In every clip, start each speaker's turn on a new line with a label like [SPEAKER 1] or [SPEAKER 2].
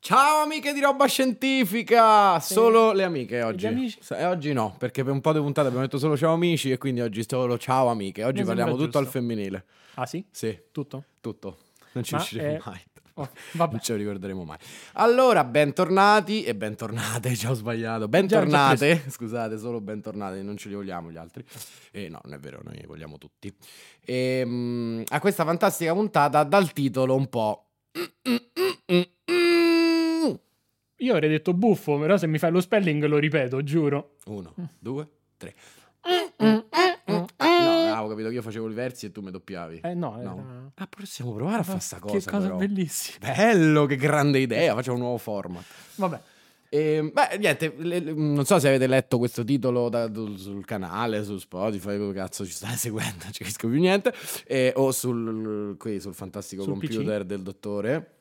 [SPEAKER 1] Ciao amiche di roba scientifica!
[SPEAKER 2] Sì.
[SPEAKER 1] Solo le amiche oggi.
[SPEAKER 2] amici?
[SPEAKER 1] S- E oggi no, perché per un po' di puntate abbiamo detto solo ciao amici e quindi oggi solo ciao amiche. Oggi
[SPEAKER 2] Mi sembra
[SPEAKER 1] parliamo tutto al
[SPEAKER 2] giusto.
[SPEAKER 1] femminile.
[SPEAKER 2] Ah sì?
[SPEAKER 1] Sì,
[SPEAKER 2] Tutto?
[SPEAKER 1] tutto. Non ci
[SPEAKER 2] Ma,
[SPEAKER 1] usciremo
[SPEAKER 2] eh,
[SPEAKER 1] mai.
[SPEAKER 2] Oh, vabbè.
[SPEAKER 1] Non ce lo ricorderemo mai. Allora, bentornati e bentornate. Già ho sbagliato. Bentornate. Scusate, solo bentornate, non ce li vogliamo gli altri. E no, non è vero, noi li vogliamo tutti. Ehm, a questa fantastica puntata dal titolo un po'.
[SPEAKER 2] Io avrei detto buffo, però se mi fai lo spelling lo ripeto, giuro.
[SPEAKER 1] Uno,
[SPEAKER 2] Mm.
[SPEAKER 1] due, tre. Ah, No,
[SPEAKER 2] Eh
[SPEAKER 1] avevo capito che io facevo i versi e tu mi doppiavi.
[SPEAKER 2] no,
[SPEAKER 1] No.
[SPEAKER 2] era-
[SPEAKER 1] Ah, possiamo provare a fare sta cosa.
[SPEAKER 2] Eh. Che cosa
[SPEAKER 1] però.
[SPEAKER 2] bellissima.
[SPEAKER 1] Bello, che grande idea, facciamo un nuovo format.
[SPEAKER 2] Vabbè,
[SPEAKER 1] E, beh, niente, le- le- non so se avete letto questo titolo da- du- sul canale, su Spotify, come cazzo ci state seguendo, non ci capisco più niente, e- o sul, qui, sul fantastico
[SPEAKER 2] Sul
[SPEAKER 1] computer del dottore.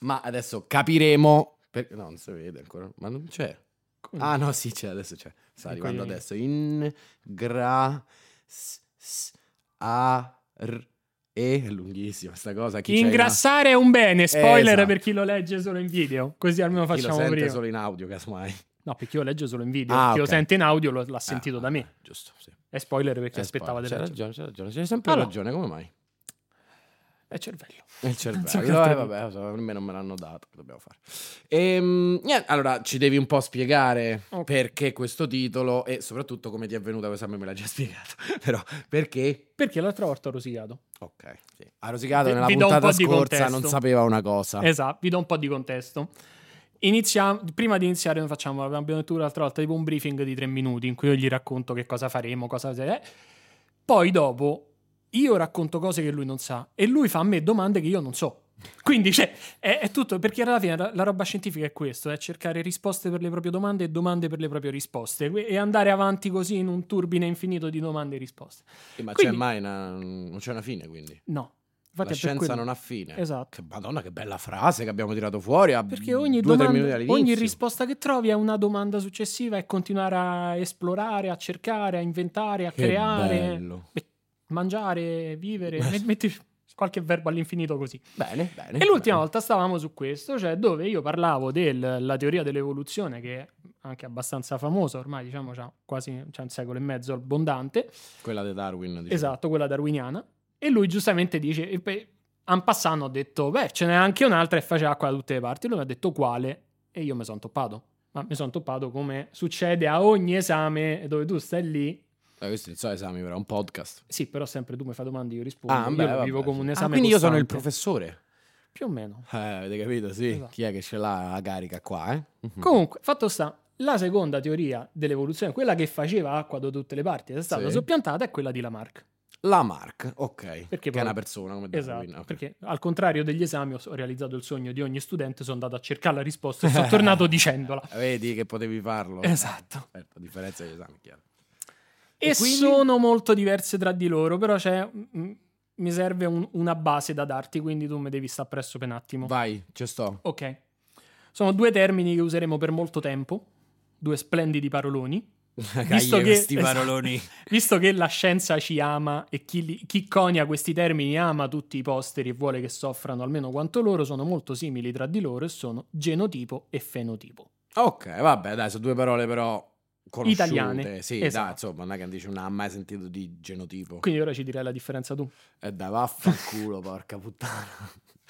[SPEAKER 1] Ma adesso capiremo... per- no, non si vede ancora, ma non c'è.
[SPEAKER 2] Come?
[SPEAKER 1] Ah no, sì, c'è, adesso c'è. Sta
[SPEAKER 2] Ecco
[SPEAKER 1] arrivando
[SPEAKER 2] io.
[SPEAKER 1] adesso. In gra... s- s- a... r- e... È lunghissima sta cosa. Chi c'è in-
[SPEAKER 2] ingrassare è un bene, spoiler
[SPEAKER 1] Esatto.
[SPEAKER 2] per chi lo legge solo in video, così almeno
[SPEAKER 1] Chi lo
[SPEAKER 2] facciamo
[SPEAKER 1] sente
[SPEAKER 2] prima.
[SPEAKER 1] solo in audio, casomai.
[SPEAKER 2] No, perché io leggo solo in video,
[SPEAKER 1] Ah,
[SPEAKER 2] chi lo
[SPEAKER 1] ok.
[SPEAKER 2] sente in audio lo- l'ha sentito
[SPEAKER 1] Ah,
[SPEAKER 2] da me.
[SPEAKER 1] Giusto, sì.
[SPEAKER 2] È spoiler per chi
[SPEAKER 1] Eh,
[SPEAKER 2] aspettava di
[SPEAKER 1] spoiler, c'è
[SPEAKER 2] leggere.
[SPEAKER 1] ragione, c'è ragione, c'è sempre
[SPEAKER 2] Allora.
[SPEAKER 1] ragione, come mai?
[SPEAKER 2] È cervello.
[SPEAKER 1] E Il cervello,
[SPEAKER 2] so che
[SPEAKER 1] eh,
[SPEAKER 2] altro-
[SPEAKER 1] vabbè, so- a me non me l'hanno dato, che dobbiamo fare? Ehm, niente, allora ci devi un po' spiegare
[SPEAKER 2] Ok.
[SPEAKER 1] perché questo titolo e soprattutto come ti è venuta questa, a me me l'ha già spiegato, però perché?
[SPEAKER 2] Perché l'altra volta ho rosicato.
[SPEAKER 1] Ok, sì. ha rosicato
[SPEAKER 2] Vi-
[SPEAKER 1] nella
[SPEAKER 2] vi do un
[SPEAKER 1] puntata
[SPEAKER 2] po' di
[SPEAKER 1] scorsa,
[SPEAKER 2] contesto.
[SPEAKER 1] non sapeva una cosa.
[SPEAKER 2] Esatto, vi do un po' di contesto. Iniziamo, prima di iniziare, noi facciamo, abbiamo detto l'altra volta, tipo un briefing di tre minuti in cui io gli racconto che cosa faremo, cosa è. Poi dopo io racconto cose che lui non sa e lui fa a me domande che io non so. Quindi cioè, è, è tutto, perché alla fine la, la roba scientifica è questo, è cercare risposte per le proprie domande e domande per le proprie risposte e andare avanti così in un turbine infinito di domande e risposte.
[SPEAKER 1] Eh, ma c'è
[SPEAKER 2] quindi-
[SPEAKER 1] mai una, non c'è una fine, quindi.
[SPEAKER 2] No, infatti
[SPEAKER 1] La
[SPEAKER 2] è per
[SPEAKER 1] scienza
[SPEAKER 2] quello-
[SPEAKER 1] non ha fine.
[SPEAKER 2] Esatto.
[SPEAKER 1] Che madonna, che bella frase che abbiamo tirato fuori a
[SPEAKER 2] Perché ogni,
[SPEAKER 1] due, tre
[SPEAKER 2] domanda-
[SPEAKER 1] minuti all'inizio.
[SPEAKER 2] ogni risposta che trovi è una domanda successiva e continuare a esplorare, a cercare, a inventare, a
[SPEAKER 1] Che
[SPEAKER 2] creare,
[SPEAKER 1] bello.
[SPEAKER 2] Beh, mangiare, vivere,
[SPEAKER 1] Beh.
[SPEAKER 2] met- metti qualche verbo all'infinito così.
[SPEAKER 1] Bene, bene.
[SPEAKER 2] E l'ultima
[SPEAKER 1] bene.
[SPEAKER 2] volta stavamo su questo, cioè dove io parlavo della teoria dell'evoluzione, che è anche abbastanza famosa ormai, diciamo, c'ha quasi c'ha un secolo e mezzo abbondante,
[SPEAKER 1] Quella di Darwin. diciamo.
[SPEAKER 2] Esatto, quella darwiniana. E lui giustamente dice, e poi, en passant ho detto, beh, ce n'è anche un'altra e faceva qua da tutte le parti. Lui mi ha detto quale e io mi sono toppato. Ma mi sono toppato come succede a ogni esame dove tu stai lì.
[SPEAKER 1] Eh, questo non so esami, però è un podcast.
[SPEAKER 2] Sì, però sempre tu mi fai domande, io rispondo. io
[SPEAKER 1] beh,
[SPEAKER 2] lo
[SPEAKER 1] vabbè,
[SPEAKER 2] vivo come
[SPEAKER 1] sì.
[SPEAKER 2] un
[SPEAKER 1] Ah,
[SPEAKER 2] esame.
[SPEAKER 1] quindi io sono il
[SPEAKER 2] costante.
[SPEAKER 1] professore.
[SPEAKER 2] Più o meno.
[SPEAKER 1] Eh, avete capito? Sì.
[SPEAKER 2] Esatto.
[SPEAKER 1] Chi è che ce l'ha la carica qua, eh? Mhm.
[SPEAKER 2] Comunque, fatto sta, la seconda teoria dell'evoluzione, quella che faceva acqua da tutte le parti ed è stata
[SPEAKER 1] Sì.
[SPEAKER 2] soppiantata, è quella di Lamarck.
[SPEAKER 1] Lamarck, ok. che è
[SPEAKER 2] proprio-
[SPEAKER 1] una persona come Darwin.
[SPEAKER 2] Esatto,
[SPEAKER 1] ok.
[SPEAKER 2] perché al contrario degli esami ho ho realizzato il sogno di ogni studente, sono andato a cercare la risposta e sono tornato dicendola.
[SPEAKER 1] Vedi che potevi farlo.
[SPEAKER 2] Esatto.
[SPEAKER 1] Certo, a differenza degli esami, chiaro.
[SPEAKER 2] E,
[SPEAKER 1] E quindi?
[SPEAKER 2] sono molto diverse tra di loro, però c'è, mm, mi serve un- una base da darti, quindi tu mi devi stare presso per un attimo.
[SPEAKER 1] Vai, ci sto.
[SPEAKER 2] Ok. Sono due termini che useremo per molto tempo, due splendidi paroloni.
[SPEAKER 1] Caglie
[SPEAKER 2] che-
[SPEAKER 1] questi
[SPEAKER 2] esatto.
[SPEAKER 1] paroloni.
[SPEAKER 2] Visto che la scienza ci ama e chi, li- chi conia questi termini ama tutti i posteri e vuole che soffrano almeno quanto loro, sono molto simili tra di loro e sono genotipo e fenotipo.
[SPEAKER 1] Ok, vabbè, dai, sono due parole però conosciute.
[SPEAKER 2] Italiane,
[SPEAKER 1] Sì, dai,
[SPEAKER 2] esatto.
[SPEAKER 1] insomma, non è che dici non ha mai sentito di genotipo.
[SPEAKER 2] Quindi ora ci direi la differenza tu.
[SPEAKER 1] E dai, vaffanculo, porca puttana.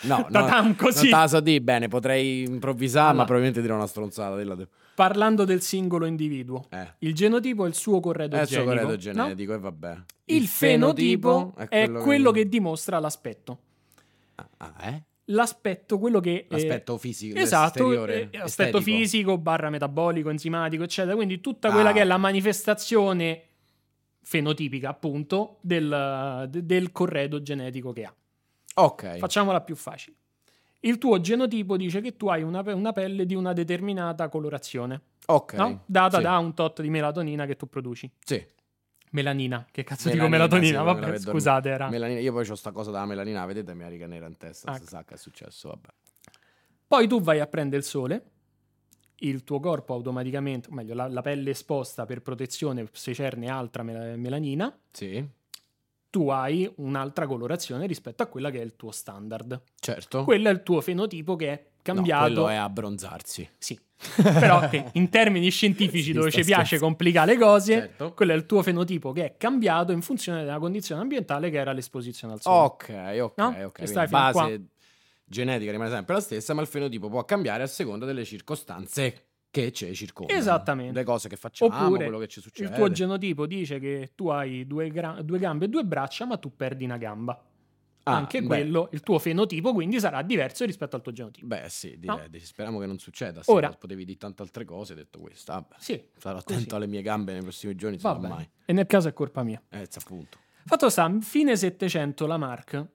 [SPEAKER 1] No, no,
[SPEAKER 2] Tatam,
[SPEAKER 1] Non
[SPEAKER 2] così.
[SPEAKER 1] te la so di bene, potrei improvvisare,
[SPEAKER 2] Allora.
[SPEAKER 1] ma probabilmente dirò una stronzata. dilla te.
[SPEAKER 2] Parlando del singolo individuo,
[SPEAKER 1] Eh.
[SPEAKER 2] il genotipo è il suo corredo
[SPEAKER 1] È il suo
[SPEAKER 2] genetico.
[SPEAKER 1] corredo
[SPEAKER 2] no?
[SPEAKER 1] genetico, e vabbè.
[SPEAKER 2] Il, fenotipo, è quello, che...
[SPEAKER 1] dice
[SPEAKER 2] dimostra l'aspetto.
[SPEAKER 1] Ah, ah, eh?
[SPEAKER 2] L'aspetto, quello che... eh,
[SPEAKER 1] L'aspetto fisico,
[SPEAKER 2] Esatto, eh,
[SPEAKER 1] esteriore,
[SPEAKER 2] aspetto
[SPEAKER 1] estetico.
[SPEAKER 2] fisico, barra metabolico, enzimatico, eccetera. Quindi tutta
[SPEAKER 1] Ah.
[SPEAKER 2] quella che è la manifestazione fenotipica, appunto, del, de- del corredo genetico che ha.
[SPEAKER 1] Ok.
[SPEAKER 2] Facciamola più facile. Il tuo genotipo dice che tu hai una, pe- una pelle di una determinata colorazione,
[SPEAKER 1] ok.
[SPEAKER 2] no? data
[SPEAKER 1] Sì,
[SPEAKER 2] da un tot di melatonina che tu produci.
[SPEAKER 1] Sì.
[SPEAKER 2] Melanina, che cazzo dico
[SPEAKER 1] Melanina,
[SPEAKER 2] melatonina?
[SPEAKER 1] sì, quella
[SPEAKER 2] Vabbè,
[SPEAKER 1] per
[SPEAKER 2] scusate, era.
[SPEAKER 1] Melanina- Io poi ho sta cosa della melanina, vedete, mi riga nera in testa.
[SPEAKER 2] Ecco.
[SPEAKER 1] Si sa che è successo, vabbè.
[SPEAKER 2] Poi tu vai a prendere il sole, il tuo corpo automaticamente, o meglio, la, la pelle esposta per protezione secerne altra mel- melanina,
[SPEAKER 1] Sì,
[SPEAKER 2] tu hai un'altra colorazione rispetto a quella che è il tuo standard.
[SPEAKER 1] certo.
[SPEAKER 2] Quello è il tuo fenotipo che è
[SPEAKER 1] No,
[SPEAKER 2] cambiato.
[SPEAKER 1] quello è abbronzarsi.
[SPEAKER 2] Sì. Però che in termini scientifici
[SPEAKER 1] Sì,
[SPEAKER 2] dove
[SPEAKER 1] sta
[SPEAKER 2] ci piace
[SPEAKER 1] scherzo.
[SPEAKER 2] complicare le cose,
[SPEAKER 1] Certo.
[SPEAKER 2] quello è il tuo fenotipo che è cambiato in funzione della condizione ambientale che era l'esposizione al sole.
[SPEAKER 1] Ok, ok,
[SPEAKER 2] No?
[SPEAKER 1] ok.
[SPEAKER 2] E
[SPEAKER 1] Quindi
[SPEAKER 2] stai fin
[SPEAKER 1] base
[SPEAKER 2] qua.
[SPEAKER 1] genetica rimane sempre la stessa, ma il fenotipo può cambiare a seconda delle circostanze che ci circondano.
[SPEAKER 2] Esattamente.
[SPEAKER 1] Le cose che facciamo,
[SPEAKER 2] Oppure
[SPEAKER 1] quello che ci succede.
[SPEAKER 2] Il tuo genotipo dice che tu hai due, gra- due gambe e due braccia, ma tu perdi una gamba.
[SPEAKER 1] Ah,
[SPEAKER 2] Anche
[SPEAKER 1] beh,
[SPEAKER 2] quello, il tuo fenotipo quindi sarà diverso rispetto al tuo genotipo.
[SPEAKER 1] Beh, sì, direi. di- Speriamo che non succeda. Sì,
[SPEAKER 2] Ora-
[SPEAKER 1] ma potevi dire tante altre cose. Hai detto questa. vabbè.
[SPEAKER 2] Sì,
[SPEAKER 1] Sarò
[SPEAKER 2] Così.
[SPEAKER 1] attento alle mie gambe nei prossimi giorni. se
[SPEAKER 2] va
[SPEAKER 1] non
[SPEAKER 2] bene.
[SPEAKER 1] mai.
[SPEAKER 2] E nel caso è colpa mia.
[SPEAKER 1] Eh, appunto.
[SPEAKER 2] Fatto sta, fine 700 la Mark.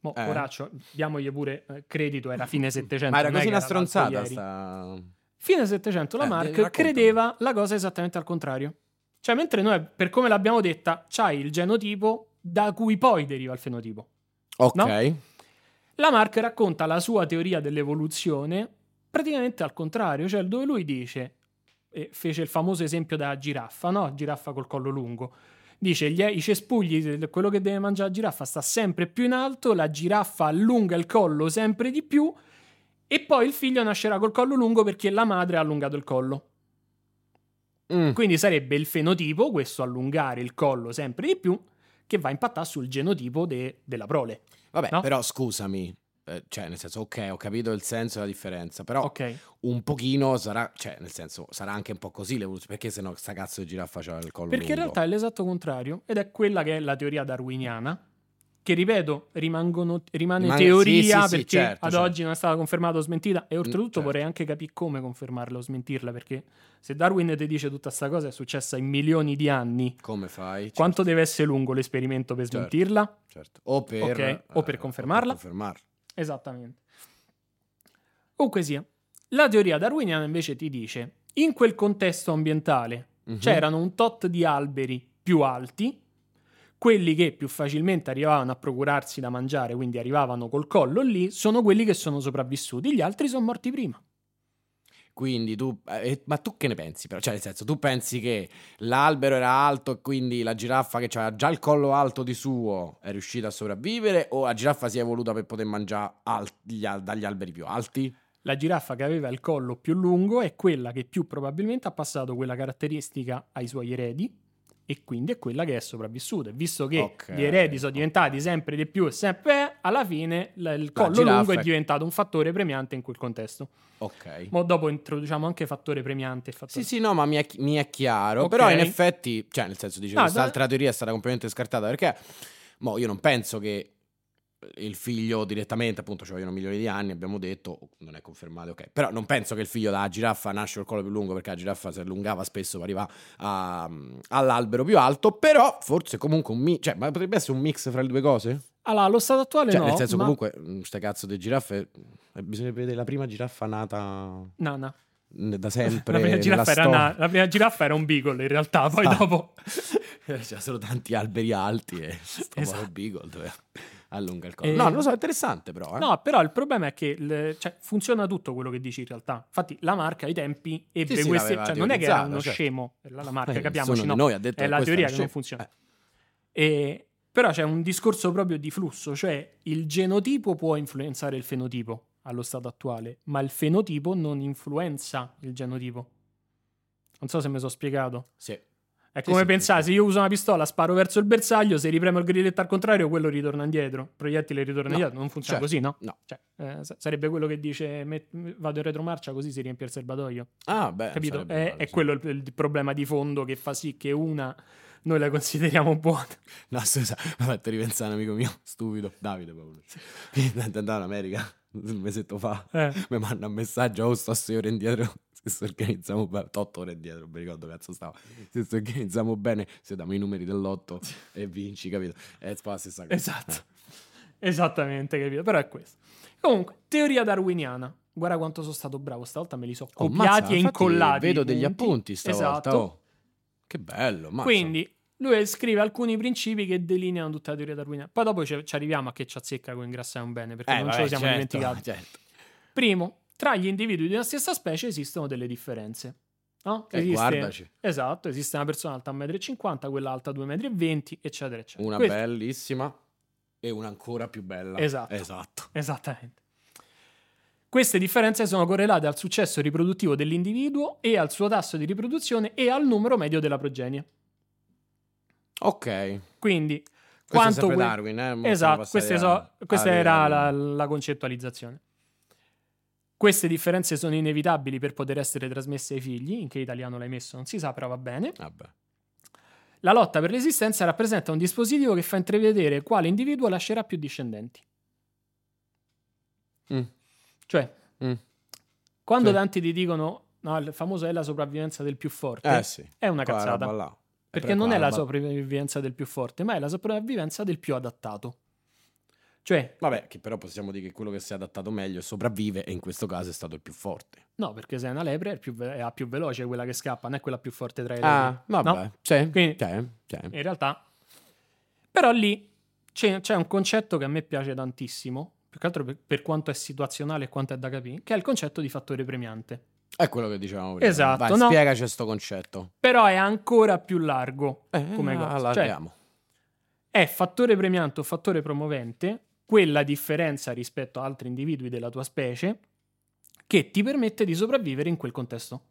[SPEAKER 2] Mo,
[SPEAKER 1] Eh.
[SPEAKER 2] Oraccio, diamogli pure eh, credito, era fine 700.
[SPEAKER 1] Ma era
[SPEAKER 2] Cioè, non è
[SPEAKER 1] così
[SPEAKER 2] che
[SPEAKER 1] una
[SPEAKER 2] l'altro
[SPEAKER 1] stronzata.
[SPEAKER 2] ieri.
[SPEAKER 1] Sta...
[SPEAKER 2] Fine 700 la
[SPEAKER 1] Eh,
[SPEAKER 2] Mark
[SPEAKER 1] raccontami.
[SPEAKER 2] credeva la cosa esattamente al contrario. Cioè, mentre noi, per come l'abbiamo detta, c'hai il genotipo da cui poi deriva il fenotipo.
[SPEAKER 1] Ok. Mm.
[SPEAKER 2] Lamarck racconta la sua teoria dell'evoluzione praticamente al contrario, cioè dove lui dice, e fece il famoso esempio da giraffa, no? Giraffa col collo lungo. Dice, gli- i cespugli, quello che deve mangiare la giraffa sta sempre più in alto, la giraffa allunga il collo sempre di più e poi il figlio nascerà col collo lungo perché la madre ha allungato il collo.
[SPEAKER 1] Mm.
[SPEAKER 2] Quindi sarebbe il fenotipo, questo allungare il collo sempre di più, che va a impattare sul genotipo de- della prole.
[SPEAKER 1] Vabbè,
[SPEAKER 2] No?
[SPEAKER 1] però scusami. eh, Cioè, nel senso, ok, ho capito il senso e la differenza, però
[SPEAKER 2] Ok.
[SPEAKER 1] un pochino sarà, cioè, nel senso, sarà anche un po' così l'evoluzione, perché sennò sta cazzo di giraffa c'ha il collo
[SPEAKER 2] Perché in
[SPEAKER 1] cioè, lungo.
[SPEAKER 2] realtà è l'esatto contrario, ed è quella che è la teoria darwiniana, che ripeto, rimangono- rimane
[SPEAKER 1] Rimane-
[SPEAKER 2] teoria
[SPEAKER 1] sì, sì, sì,
[SPEAKER 2] perché
[SPEAKER 1] certo,
[SPEAKER 2] ad
[SPEAKER 1] certo.
[SPEAKER 2] oggi non è stata confermata o smentita, e oltretutto
[SPEAKER 1] certo.
[SPEAKER 2] vorrei anche capire come confermarla o smentirla, perché se Darwin ti dice tutta sta cosa è successa in milioni di anni,
[SPEAKER 1] Come fai? Certo,
[SPEAKER 2] quanto deve essere lungo l'esperimento per
[SPEAKER 1] Certo.
[SPEAKER 2] smentirla?
[SPEAKER 1] certo. O per,
[SPEAKER 2] Ok, o per
[SPEAKER 1] eh,
[SPEAKER 2] confermarla.
[SPEAKER 1] o per confermarla.
[SPEAKER 2] Esattamente. Comunque sia, la teoria darwiniana invece ti dice, in quel contesto ambientale
[SPEAKER 1] Mhm.
[SPEAKER 2] c'erano un tot di alberi più alti, quelli che più facilmente arrivavano a procurarsi da mangiare, quindi arrivavano col collo lì, sono quelli che sono sopravvissuti, gli altri sono morti prima.
[SPEAKER 1] Quindi tu, eh, ma tu che ne pensi? Però? Cioè, nel senso, tu pensi che l'albero era alto e quindi la giraffa che aveva già il collo alto di suo è riuscita a sopravvivere? O la giraffa si è evoluta per poter mangiare al- gli al- dagli alberi più alti?
[SPEAKER 2] La giraffa che aveva il collo più lungo è quella che più probabilmente ha passato quella caratteristica ai suoi eredi e quindi è quella che è sopravvissuta. E Visto che
[SPEAKER 1] Ok,
[SPEAKER 2] gli eredi sono diventati sempre di più e sempre, alla fine l- il collo
[SPEAKER 1] giraffa
[SPEAKER 2] lungo è
[SPEAKER 1] è-
[SPEAKER 2] diventato un fattore premiante in quel contesto.
[SPEAKER 1] Ok.
[SPEAKER 2] Ma dopo introduciamo anche fattore premiante e fattore...
[SPEAKER 1] Sì, sì, no, ma mi è, chi- mi è chiaro.
[SPEAKER 2] Ok.
[SPEAKER 1] Però in effetti, cioè, nel senso, dice
[SPEAKER 2] No,
[SPEAKER 1] quest'altra teoria è stata completamente scartata perché mo, io non penso che il figlio direttamente, appunto, ci vogliono milioni di anni, abbiamo detto, non è confermato, ok. Però non penso che il figlio della giraffa nasce col collo più lungo perché la giraffa si allungava spesso per arrivare a- all'albero più alto, però forse comunque un mi- cioè, ma potrebbe essere un mix fra le due cose?
[SPEAKER 2] Allora, allo stato attuale
[SPEAKER 1] Cioè,
[SPEAKER 2] Eh, no,
[SPEAKER 1] nel senso
[SPEAKER 2] ma-
[SPEAKER 1] comunque, mh, ste cazzo di giraffe, eh, bisognerebbe vedere la prima giraffa nata
[SPEAKER 2] No, no.
[SPEAKER 1] eh, da sempre
[SPEAKER 2] La prima,
[SPEAKER 1] nella
[SPEAKER 2] giraffa era
[SPEAKER 1] storia.
[SPEAKER 2] una- la prima giraffa era un beagle in realtà, poi
[SPEAKER 1] Ah.
[SPEAKER 2] dopo...
[SPEAKER 1] C'erano tanti alberi alti e sto
[SPEAKER 2] Esatto.
[SPEAKER 1] povero Beagle dove allunga il collo.
[SPEAKER 2] Eh,
[SPEAKER 1] No, non lo so, è interessante però. eh.
[SPEAKER 2] No, però il problema è che il- cioè, funziona tutto quello che dici in realtà. Infatti, la marca ai tempi ebbe
[SPEAKER 1] sì,
[SPEAKER 2] queste.
[SPEAKER 1] l'aveva
[SPEAKER 2] Cioè, non è che era
[SPEAKER 1] teorizzata,
[SPEAKER 2] uno
[SPEAKER 1] certo.
[SPEAKER 2] scemo la, la
[SPEAKER 1] Eh,
[SPEAKER 2] marca, capiamoci.
[SPEAKER 1] nessuno
[SPEAKER 2] No.
[SPEAKER 1] di noi ha detto
[SPEAKER 2] È
[SPEAKER 1] che
[SPEAKER 2] la
[SPEAKER 1] questa Eh,
[SPEAKER 2] teoria che
[SPEAKER 1] una
[SPEAKER 2] non
[SPEAKER 1] scelta.
[SPEAKER 2] funziona. E- però c'è un discorso proprio di flusso, cioè il genotipo può influenzare il fenotipo allo stato attuale, ma il fenotipo non influenza il genotipo. Non so se mi sono spiegato.
[SPEAKER 1] Eh, sì.
[SPEAKER 2] È
[SPEAKER 1] Sì,
[SPEAKER 2] come
[SPEAKER 1] sì,
[SPEAKER 2] pensare,
[SPEAKER 1] sì, sì.
[SPEAKER 2] se io uso una pistola, sparo verso il bersaglio, se ripremo il grilletto al contrario, quello ritorna indietro. Il proiettile ritorna
[SPEAKER 1] No,
[SPEAKER 2] indietro, non funziona
[SPEAKER 1] certo,
[SPEAKER 2] così, no?
[SPEAKER 1] no.
[SPEAKER 2] Cioè, eh, sa- sarebbe quello che dice "Met- vado in retromarcia così si riempie il serbatoio.
[SPEAKER 1] Ah, beh,
[SPEAKER 2] Capito?
[SPEAKER 1] sarebbe
[SPEAKER 2] È,
[SPEAKER 1] bello,
[SPEAKER 2] è
[SPEAKER 1] sì.
[SPEAKER 2] quello il, il problema di fondo che fa sì che una noi la consideriamo buona.
[SPEAKER 1] No, scusa, mi ha fatto ripensare un amico mio, stupido, Davide Paolo. Che andava in America un mesetto fa,
[SPEAKER 2] Eh.
[SPEAKER 1] mi manda un messaggio, oh, sto 6 ore indietro, se si organizziamo bene, 8 ore indietro, non mi ricordo cazzo stavo, se si organizziamo bene, se dammi i numeri dell'otto e vinci, capito? È la stessa cosa.
[SPEAKER 2] Esatto. Esattamente, capito? Però è questo. Comunque, teoria darwiniana. Guarda quanto sono stato bravo, stavolta me li so
[SPEAKER 1] Oh,
[SPEAKER 2] copiati
[SPEAKER 1] mazza,
[SPEAKER 2] e
[SPEAKER 1] infatti
[SPEAKER 2] incollati.
[SPEAKER 1] Vedo
[SPEAKER 2] i
[SPEAKER 1] degli
[SPEAKER 2] punti.
[SPEAKER 1] appunti stavolta.
[SPEAKER 2] Esatto.
[SPEAKER 1] oh. Che bello, mazza.
[SPEAKER 2] Quindi lui scrive alcuni principi che delineano tutta la teoria darwiniana. Poi dopo ci, ci arriviamo a che ci azzecca con ingrassa è un bene, perché
[SPEAKER 1] Eh,
[SPEAKER 2] non
[SPEAKER 1] vabbè,
[SPEAKER 2] ce lo siamo
[SPEAKER 1] certo,
[SPEAKER 2] dimenticati.
[SPEAKER 1] certo.
[SPEAKER 2] Primo, tra gli individui di una stessa specie esistono delle differenze. No?
[SPEAKER 1] Eh, guardaci.
[SPEAKER 2] Esatto, esiste una persona alta 1,50 m, quella alta 2,20 m, eccetera, eccetera.
[SPEAKER 1] Una
[SPEAKER 2] Questo-
[SPEAKER 1] bellissima e una ancora più bella.
[SPEAKER 2] Esatto.
[SPEAKER 1] Esatto.
[SPEAKER 2] Esattamente. Queste differenze sono correlate al successo riproduttivo dell'individuo e al suo tasso di riproduzione e al numero medio della progenie.
[SPEAKER 1] Ok.
[SPEAKER 2] Quindi,
[SPEAKER 1] Questo è
[SPEAKER 2] quanto
[SPEAKER 1] sempre
[SPEAKER 2] que-
[SPEAKER 1] Darwin, eh? Mo siamo
[SPEAKER 2] Esatto,
[SPEAKER 1] passati
[SPEAKER 2] queste
[SPEAKER 1] a-
[SPEAKER 2] so- questa
[SPEAKER 1] a-
[SPEAKER 2] era la, la concettualizzazione. Queste differenze sono inevitabili per poter essere trasmesse ai figli, in che italiano l'hai messo non si sa, però va bene.
[SPEAKER 1] Vabbè.
[SPEAKER 2] La lotta per l'esistenza rappresenta un dispositivo che fa intravedere quale individuo lascerà più discendenti.
[SPEAKER 1] Mm.
[SPEAKER 2] Cioè,
[SPEAKER 1] Mm.
[SPEAKER 2] quando
[SPEAKER 1] Sì.
[SPEAKER 2] tanti ti dicono, no, il famoso è la sopravvivenza del più forte,
[SPEAKER 1] Eh sì.
[SPEAKER 2] è una
[SPEAKER 1] Qua
[SPEAKER 2] cazzata.
[SPEAKER 1] roba là.
[SPEAKER 2] Perché
[SPEAKER 1] Però
[SPEAKER 2] non
[SPEAKER 1] qua
[SPEAKER 2] è la
[SPEAKER 1] roba-
[SPEAKER 2] sopravvivenza del più forte, ma è la sopravvivenza del più adattato. Cioè,
[SPEAKER 1] Vabbè, che però possiamo dire che quello che si è adattato meglio e sopravvive e in questo caso è stato il più forte.
[SPEAKER 2] no, perché se è una lepre è, più ve- è la più veloce quella che scappa, non è quella più forte tra i lepri.
[SPEAKER 1] Ah, vabbè.
[SPEAKER 2] Eh, No?
[SPEAKER 1] Sì,
[SPEAKER 2] Quindi-
[SPEAKER 1] sì, sì.
[SPEAKER 2] In realtà, però lì c'è, c'è un concetto che a me piace tantissimo, più che altro per, per quanto è situazionale e quanto è da capire, che è il concetto di fattore premiante.
[SPEAKER 1] È quello che dicevamo prima.
[SPEAKER 2] Esatto,
[SPEAKER 1] Vai,
[SPEAKER 2] no?
[SPEAKER 1] spiegaci questo concetto.
[SPEAKER 2] Però è ancora più largo
[SPEAKER 1] Eh,
[SPEAKER 2] come cosa. Cioè,
[SPEAKER 1] allarghiamo.
[SPEAKER 2] è fattore premiante o fattore promovente quella differenza rispetto a altri individui della tua specie che ti permette di sopravvivere in quel contesto.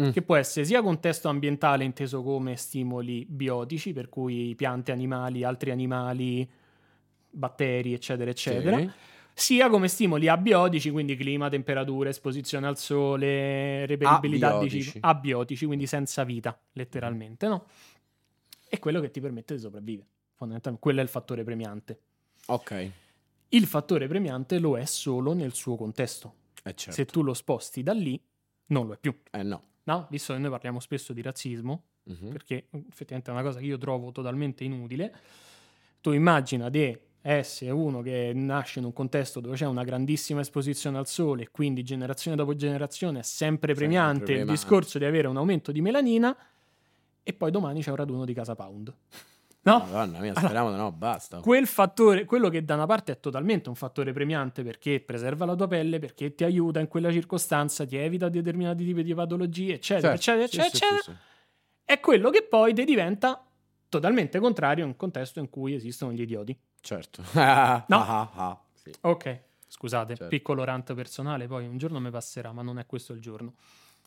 [SPEAKER 1] Mm.
[SPEAKER 2] Che può essere sia contesto ambientale inteso come stimoli biotici, per cui piante, animali, altri animali, batteri, eccetera, eccetera,
[SPEAKER 1] Sì.
[SPEAKER 2] sia come stimoli abiotici, quindi clima, temperatura, esposizione al sole, reperibilità di
[SPEAKER 1] Abiotici.
[SPEAKER 2] cibo, abiotici, quindi senza vita, letteralmente, no? È quello che ti permette di sopravvivere, fondamentalmente. Quello è il fattore premiante.
[SPEAKER 1] Ok,
[SPEAKER 2] Eh, Il fattore premiante lo è solo nel suo contesto.
[SPEAKER 1] eh, certo.
[SPEAKER 2] Se tu lo sposti da lì, non lo è più,
[SPEAKER 1] Eh no.
[SPEAKER 2] no? Visto che noi parliamo spesso di razzismo,
[SPEAKER 1] Mhm.
[SPEAKER 2] perché effettivamente è una cosa che io trovo totalmente inutile. Tu immagina di essere uno che nasce in un contesto dove c'è una grandissima esposizione al sole, e quindi generazione dopo generazione è sempre premiante il
[SPEAKER 1] premiante.
[SPEAKER 2] discorso di avere un aumento di melanina, e poi domani c'è un raduno di Casa Pound. No?
[SPEAKER 1] Madonna mia,
[SPEAKER 2] Allora-
[SPEAKER 1] speriamo di no, basta.
[SPEAKER 2] Quel fattore, quello che da una parte è totalmente un fattore premiante perché preserva la tua pelle, perché ti aiuta in quella circostanza, ti evita determinati tipi di patologie, eccetera, eccetera,
[SPEAKER 1] Certo. Sì,
[SPEAKER 2] eccetera,
[SPEAKER 1] sì, sì,
[SPEAKER 2] eccetera
[SPEAKER 1] sì.
[SPEAKER 2] è quello che poi ti diventa totalmente contrario in un contesto in cui esistono gli idioti.
[SPEAKER 1] Certo. Ah,
[SPEAKER 2] No.
[SPEAKER 1] ah, ah, sì.
[SPEAKER 2] Ok. Scusate,
[SPEAKER 1] Certo.
[SPEAKER 2] piccolo rant personale, poi un giorno mi passerà, ma non è questo il giorno.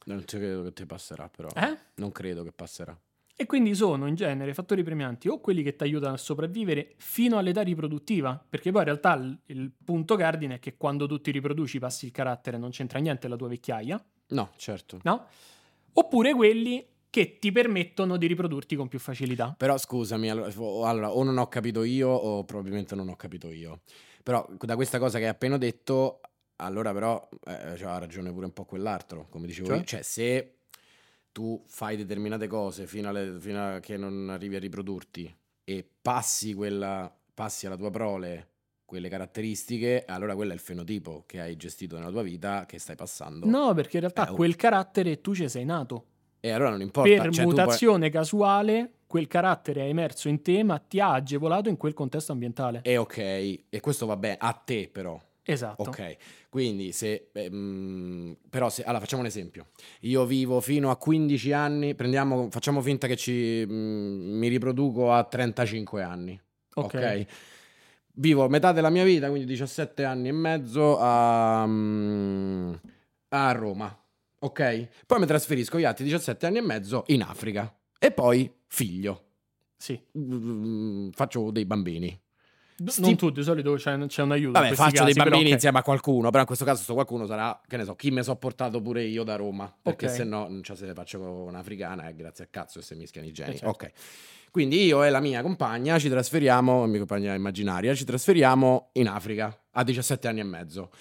[SPEAKER 1] Non ci credo che ti passerà, però.
[SPEAKER 2] Eh?
[SPEAKER 1] Non credo che passerà.
[SPEAKER 2] E quindi sono in genere fattori premianti o quelli che ti aiutano a sopravvivere fino all'età riproduttiva, perché poi in realtà il, il punto cardine è che quando tu ti riproduci passi il carattere, non c'entra niente la tua vecchiaia,
[SPEAKER 1] No, certo.
[SPEAKER 2] no? Oppure quelli che ti permettono di riprodurti con più facilità.
[SPEAKER 1] Però scusami, allora, o- allora, o non ho capito io o probabilmente non ho capito io. Però da questa cosa che hai appena detto, allora però eh, cioè, ha ragione pure un po' quell'altro, come dicevo
[SPEAKER 2] Cioè?
[SPEAKER 1] io. Cioè se tu fai determinate cose fino, alle- fino a che non arrivi a riprodurti e passi, quella, passi alla tua prole quelle caratteristiche, allora quello è il fenotipo che hai gestito nella tua vita, che stai passando.
[SPEAKER 2] No, perché in realtà
[SPEAKER 1] Eh, oh.
[SPEAKER 2] quel carattere tu ci sei nato.
[SPEAKER 1] E allora non importa.
[SPEAKER 2] per
[SPEAKER 1] cioè, tu puoi-
[SPEAKER 2] mutazione casuale quel carattere è emerso in te ma ti ha agevolato in quel contesto ambientale
[SPEAKER 1] Eh, ok, e questo va bene, a te però.
[SPEAKER 2] esatto
[SPEAKER 1] Ok, quindi se... beh, mm, però se... Allora, facciamo un esempio. Io vivo fino a 15 anni, prendiamo, facciamo finta che ci, mm, mi riproduco a 35 anni.
[SPEAKER 2] Ok.
[SPEAKER 1] Ok. Vivo metà della mia vita, quindi 17 anni e mezzo a, mm, a Roma. Ok? Poi mi trasferisco gli altri 17 anni e mezzo in Africa. E poi figlio.
[SPEAKER 2] sì
[SPEAKER 1] Mm, Faccio dei bambini.
[SPEAKER 2] D-
[SPEAKER 1] Sti-
[SPEAKER 2] non tu di solito c'è, c'è un aiuto in
[SPEAKER 1] Vabbè,
[SPEAKER 2] questi
[SPEAKER 1] faccio dei
[SPEAKER 2] casi, però,
[SPEAKER 1] bambini
[SPEAKER 2] ok.
[SPEAKER 1] insieme a qualcuno, però in questo caso sto qualcuno sarà, che ne so, chi mi so portato pure io da Roma, perché
[SPEAKER 2] Ok.
[SPEAKER 1] se no, non so se le faccio con un'africana, eh, grazie a cazzo se mischiano i geni.
[SPEAKER 2] Eh, certo.
[SPEAKER 1] Ok. Quindi io e la mia compagna ci trasferiamo, mia compagna immaginaria, ci trasferiamo in Africa a 17 anni e mezzo.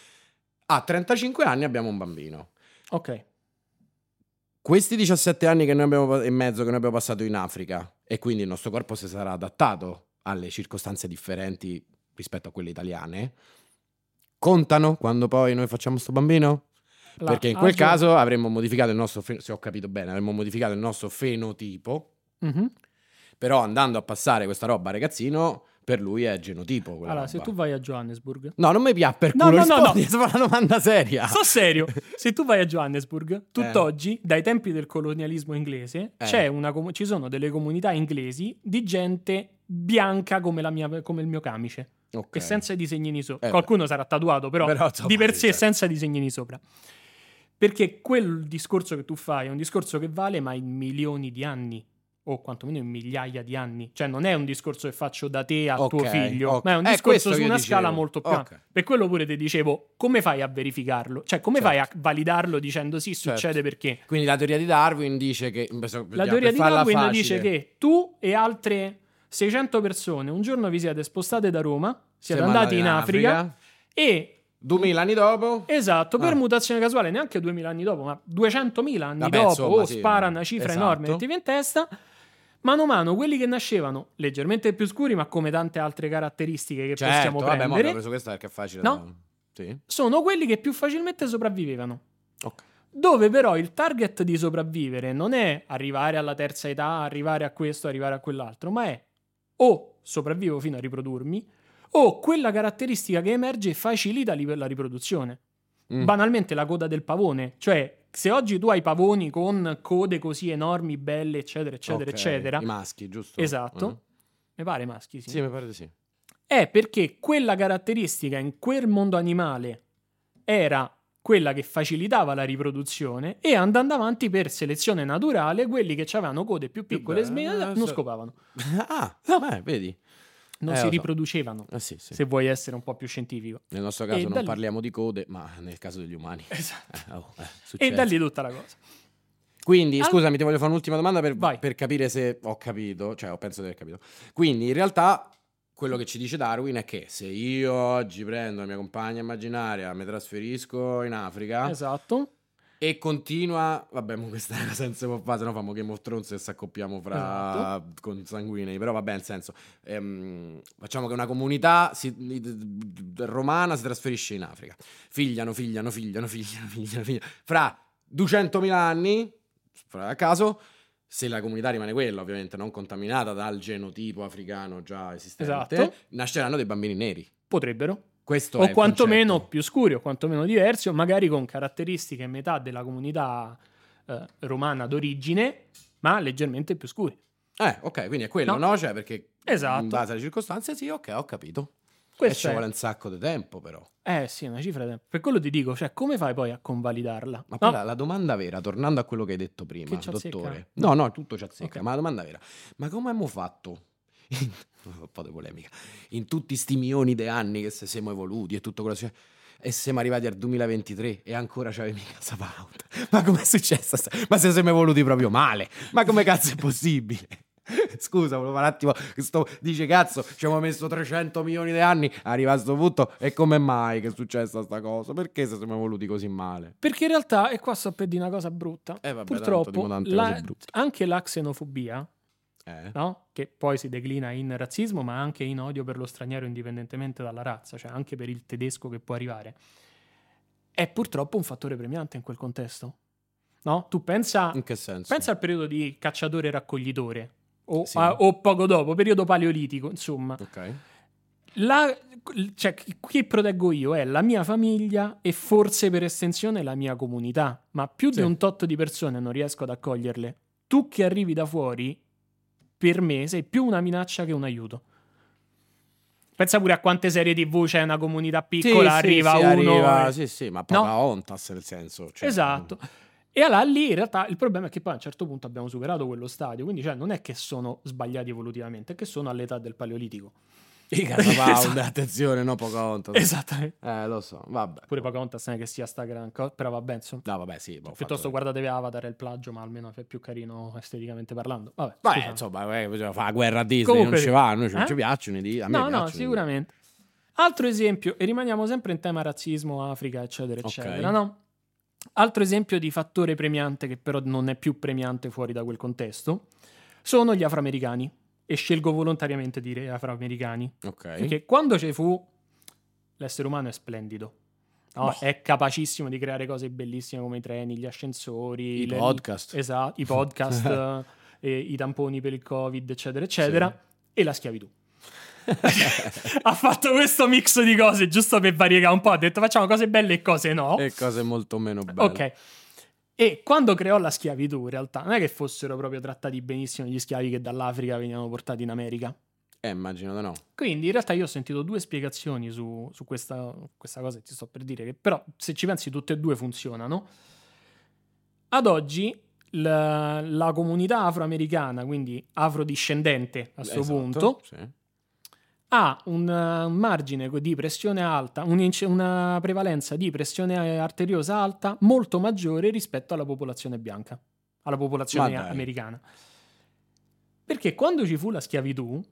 [SPEAKER 1] A 35 anni abbiamo un bambino.
[SPEAKER 2] ok
[SPEAKER 1] Questi 17 anni che noi abbiamo- e mezzo che noi abbiamo passato in Africa, e quindi il nostro corpo si sarà adattato alle circostanze differenti rispetto a quelle italiane, contano quando poi noi facciamo sto bambino?
[SPEAKER 2] La-
[SPEAKER 1] Perché in quel
[SPEAKER 2] age-
[SPEAKER 1] caso avremmo modificato il nostro, fe- se ho capito bene, avremmo modificato il nostro fenotipo,
[SPEAKER 2] Mhm.
[SPEAKER 1] però andando a passare questa roba a ragazzino, per lui è genotipo. quella roba.
[SPEAKER 2] allora se tu vai a Johannesburg
[SPEAKER 1] No, non mi piace per
[SPEAKER 2] No,
[SPEAKER 1] culo,
[SPEAKER 2] no, no,
[SPEAKER 1] rispondi, è stata una domanda seria.
[SPEAKER 2] sto serio se tu vai a Johannesburg tutt'oggi dai tempi del colonialismo inglese
[SPEAKER 1] Eh.
[SPEAKER 2] c'è una comu- ci sono delle comunità inglesi di gente bianca come, la mia- come il mio camice
[SPEAKER 1] Ok.
[SPEAKER 2] e senza i disegnini sopra.
[SPEAKER 1] Eh, beh.
[SPEAKER 2] Qualcuno sarà tatuato, però,
[SPEAKER 1] Però, insomma,
[SPEAKER 2] di per
[SPEAKER 1] sì,
[SPEAKER 2] sé
[SPEAKER 1] certo.
[SPEAKER 2] senza disegnini sopra. Perché quel discorso che tu fai è un discorso che vale, ma in milioni di anni, o quantomeno in migliaia di anni. Cioè, non è un discorso che faccio da te a
[SPEAKER 1] Ok,
[SPEAKER 2] tuo figlio,
[SPEAKER 1] ok.
[SPEAKER 2] ma è un
[SPEAKER 1] Eh, questo
[SPEAKER 2] discorso su
[SPEAKER 1] io
[SPEAKER 2] una
[SPEAKER 1] dicevo.
[SPEAKER 2] scala molto più ampia.
[SPEAKER 1] Ok.
[SPEAKER 2] Per quello pure ti dicevo, come fai a verificarlo? Cioè, come fai a
[SPEAKER 1] Certo.
[SPEAKER 2] validarlo dicendo sì, succede
[SPEAKER 1] Certo.
[SPEAKER 2] perché?
[SPEAKER 1] Quindi la teoria di Darwin dice che... La
[SPEAKER 2] La teoria di Darwin dice che tu e altre 600 persone un giorno vi siete spostate da Roma, siete andati in Africa, e...
[SPEAKER 1] 2000 anni dopo...
[SPEAKER 2] Esatto, per
[SPEAKER 1] Ah.
[SPEAKER 2] mutazione casuale, neanche 2000 anni dopo, ma 200.000 anni
[SPEAKER 1] Vabbè,
[SPEAKER 2] dopo,
[SPEAKER 1] insomma,
[SPEAKER 2] oh,
[SPEAKER 1] sì,
[SPEAKER 2] spara
[SPEAKER 1] eh,
[SPEAKER 2] una cifra
[SPEAKER 1] esatto.
[SPEAKER 2] enorme che ti viene in testa. Mano a mano, quelli che nascevano leggermente più scuri, ma come tante altre caratteristiche che
[SPEAKER 1] Certo,
[SPEAKER 2] possiamo
[SPEAKER 1] vabbè, ma
[SPEAKER 2] prendere,
[SPEAKER 1] abbiamo preso questa perché è facile.
[SPEAKER 2] No?
[SPEAKER 1] da- Sì.
[SPEAKER 2] sono quelli che più facilmente sopravvivevano.
[SPEAKER 1] Ok.
[SPEAKER 2] Dove però il target di sopravvivere non è arrivare alla terza età, arrivare a questo, arrivare a quell'altro, ma è o sopravvivo fino a riprodurmi, o quella caratteristica che emerge facilita li- la riproduzione.
[SPEAKER 1] Mm.
[SPEAKER 2] Banalmente la coda del pavone, cioè se oggi tu hai pavoni con code così enormi, belle, eccetera, eccetera,
[SPEAKER 1] Ok,
[SPEAKER 2] eccetera,
[SPEAKER 1] I maschi, giusto?
[SPEAKER 2] esatto,
[SPEAKER 1] Eh?
[SPEAKER 2] mi pare maschi, sì.
[SPEAKER 1] Sì, mi pare di sì.
[SPEAKER 2] È perché quella caratteristica in quel mondo animale era quella che facilitava la riproduzione e andando avanti per selezione naturale quelli che avevano code più
[SPEAKER 1] Che
[SPEAKER 2] piccole e
[SPEAKER 1] bello,
[SPEAKER 2] smigliate
[SPEAKER 1] so-
[SPEAKER 2] non scopavano,
[SPEAKER 1] ah, beh, vedi.
[SPEAKER 2] non
[SPEAKER 1] Eh,
[SPEAKER 2] si
[SPEAKER 1] lo so.
[SPEAKER 2] riproducevano,
[SPEAKER 1] Eh, sì, sì.
[SPEAKER 2] se vuoi essere un po' più scientifico.
[SPEAKER 1] Nel nostro
[SPEAKER 2] e
[SPEAKER 1] caso
[SPEAKER 2] da
[SPEAKER 1] non
[SPEAKER 2] lì-
[SPEAKER 1] parliamo di code, ma nel caso degli umani.
[SPEAKER 2] Esatto.
[SPEAKER 1] Eh, oh, eh,
[SPEAKER 2] E
[SPEAKER 1] succede.
[SPEAKER 2] da lì tutta la cosa.
[SPEAKER 1] Quindi,
[SPEAKER 2] Al-
[SPEAKER 1] scusami, ti voglio fare un'ultima domanda per,
[SPEAKER 2] Vai.
[SPEAKER 1] per capire se ho capito, cioè ho penso di aver capito. Quindi, in realtà, quello che ci dice Darwin è che se io oggi prendo la mia compagna immaginaria, mi trasferisco in Africa
[SPEAKER 2] Esatto.
[SPEAKER 1] e continua, vabbè, mo questa era senza può fare, se no famo Game of Thrones e s'accoppiamo fra
[SPEAKER 2] Esatto.
[SPEAKER 1] consanguinei, però vabbè, nel senso, ehm, facciamo che una comunità si- d- d- d- romana si trasferisce in Africa. Figliano, figliano, figliano, figliano, figliano, figliano. Fra 200.000 anni, fra a caso, se la comunità rimane quella, ovviamente non contaminata dal genotipo africano già esistente,
[SPEAKER 2] Esatto.
[SPEAKER 1] nasceranno dei bambini neri.
[SPEAKER 2] Potrebbero.
[SPEAKER 1] Questo è
[SPEAKER 2] o
[SPEAKER 1] il
[SPEAKER 2] quantomeno
[SPEAKER 1] concetto.
[SPEAKER 2] più scuri o quantomeno diversi o magari con caratteristiche metà della comunità eh, romana d'origine, ma leggermente più scure.
[SPEAKER 1] Eh, ok, quindi è quello,
[SPEAKER 2] No.
[SPEAKER 1] no? Cioè, perché
[SPEAKER 2] Esatto.
[SPEAKER 1] in base alle circostanze, sì, ok, ho capito. e ci
[SPEAKER 2] Questo è
[SPEAKER 1] vuole un sacco di tempo, però.
[SPEAKER 2] Eh sì, è una cifra. da- Per quello ti dico, cioè, come fai poi a convalidarla?
[SPEAKER 1] Ma
[SPEAKER 2] No,
[SPEAKER 1] poi la, la domanda vera, tornando a quello che hai detto prima,
[SPEAKER 2] Che ci azzecca?
[SPEAKER 1] dottore. No, no, tutto ci azzecca,
[SPEAKER 2] Ok.
[SPEAKER 1] ma la domanda vera, ma come abbiamo fatto? un po' di polemica. In tutti sti milioni di anni che se siamo evoluti e tutto quello che c'è, e siamo arrivati al 2023 e ancora c'avevi mica Sapout. Ma com'è successo? sta- Ma se siamo evoluti proprio male? Ma come cazzo è possibile? Scusa, volevo fare un attimo. Sto, dice cazzo, ci abbiamo messo 300 milioni di anni. Arriva a sto punto. E come mai che è successa sta cosa? Perché se siamo evoluti così male?
[SPEAKER 2] Perché in realtà, e qua sto per dire una cosa brutta,
[SPEAKER 1] Eh, vabbè, tanto
[SPEAKER 2] purtroppo
[SPEAKER 1] dico tante
[SPEAKER 2] la-
[SPEAKER 1] cose brutte.
[SPEAKER 2] anche la xenofobia,
[SPEAKER 1] Eh?
[SPEAKER 2] no? che poi si declina in razzismo, ma anche in odio per lo straniero indipendentemente dalla razza, cioè anche per il tedesco che può arrivare, è purtroppo un fattore premiante in quel contesto. No? Tu pensa
[SPEAKER 1] In che senso?
[SPEAKER 2] Pensa al periodo di cacciatore-raccoglitore, o,
[SPEAKER 1] Sì.
[SPEAKER 2] a- o poco dopo, periodo paleolitico, insomma.
[SPEAKER 1] Ok.
[SPEAKER 2] La- cioè, chi- chi proteggo io è la mia famiglia e forse per estensione la mia comunità, ma più
[SPEAKER 1] Sì.
[SPEAKER 2] di un tot di persone non riesco ad accoglierle. Tu che arrivi da fuori, per me, sei più una minaccia che un aiuto. Pensa pure a quante serie TV c'è una comunità piccola,
[SPEAKER 1] sì,
[SPEAKER 2] arriva uno.
[SPEAKER 1] arriva-
[SPEAKER 2] e-
[SPEAKER 1] sì, sì, ma proprio ontas nel senso. cioè-
[SPEAKER 2] esatto. E allora lì in realtà il problema è che poi a un certo punto abbiamo superato quello stadio, quindi cioè, non è che sono sbagliati evolutivamente, è che sono all'età del paleolitico.
[SPEAKER 1] I Carnaval,
[SPEAKER 2] Esatto.
[SPEAKER 1] attenzione, no Pocahontas.
[SPEAKER 2] Esattamente.
[SPEAKER 1] Eh, lo so, vabbè.
[SPEAKER 2] Pure Pocahontas non è che sia sta gran cosa, però vabbè, insomma.
[SPEAKER 1] No, vabbè, sì. boh,
[SPEAKER 2] Piuttosto
[SPEAKER 1] fatto-
[SPEAKER 2] guardatevi Avatar e il plagio, ma almeno è più carino esteticamente parlando. Vabbè,
[SPEAKER 1] Vabbè,
[SPEAKER 2] scusa.
[SPEAKER 1] insomma, eh, bisogna fare la guerra a Disney,
[SPEAKER 2] Comunque-
[SPEAKER 1] non ci va, noi ci- non
[SPEAKER 2] Eh?
[SPEAKER 1] ci piacciono i di- a me
[SPEAKER 2] No, no,
[SPEAKER 1] piacciono i di-
[SPEAKER 2] sicuramente. Altro esempio, e rimaniamo sempre in tema razzismo, Africa, eccetera,
[SPEAKER 1] Ok.
[SPEAKER 2] eccetera, no? Altro esempio di fattore premiante che però non è più premiante fuori da quel contesto sono gli afroamericani. E scelgo volontariamente di dire afroamericani,
[SPEAKER 1] Ok.
[SPEAKER 2] perché quando ci fu l'essere umano è splendido. no?
[SPEAKER 1] Boh.
[SPEAKER 2] È capacissimo di creare cose bellissime come i treni, gli ascensori,
[SPEAKER 1] I
[SPEAKER 2] le-
[SPEAKER 1] podcast.
[SPEAKER 2] Esatto, i podcast, eh, i tamponi per il covid, eccetera, eccetera, e la schiavitù. ha fatto questo mix di cose giusto per variegare un po'. Ha detto facciamo cose belle e cose no.
[SPEAKER 1] E cose molto meno belle.
[SPEAKER 2] ok. E quando creò la schiavitù, in realtà, non è che fossero proprio trattati benissimo gli schiavi che dall'Africa venivano portati in America.
[SPEAKER 1] Eh, immagino di no.
[SPEAKER 2] Quindi in realtà io ho sentito due spiegazioni su, su questa, questa cosa che ti sto per dire, che però se ci pensi tutte e due funzionano. Ad oggi la, la comunità afroamericana, quindi afrodiscendente a questo
[SPEAKER 1] Esatto,
[SPEAKER 2] punto,
[SPEAKER 1] sì.
[SPEAKER 2] ha un eh, un margine di pressione alta, un ince- una prevalenza di pressione eh, arteriosa alta molto maggiore rispetto alla popolazione bianca, alla popolazione
[SPEAKER 1] Ma dai.
[SPEAKER 2] americana. Perché quando ci fu la schiavitù,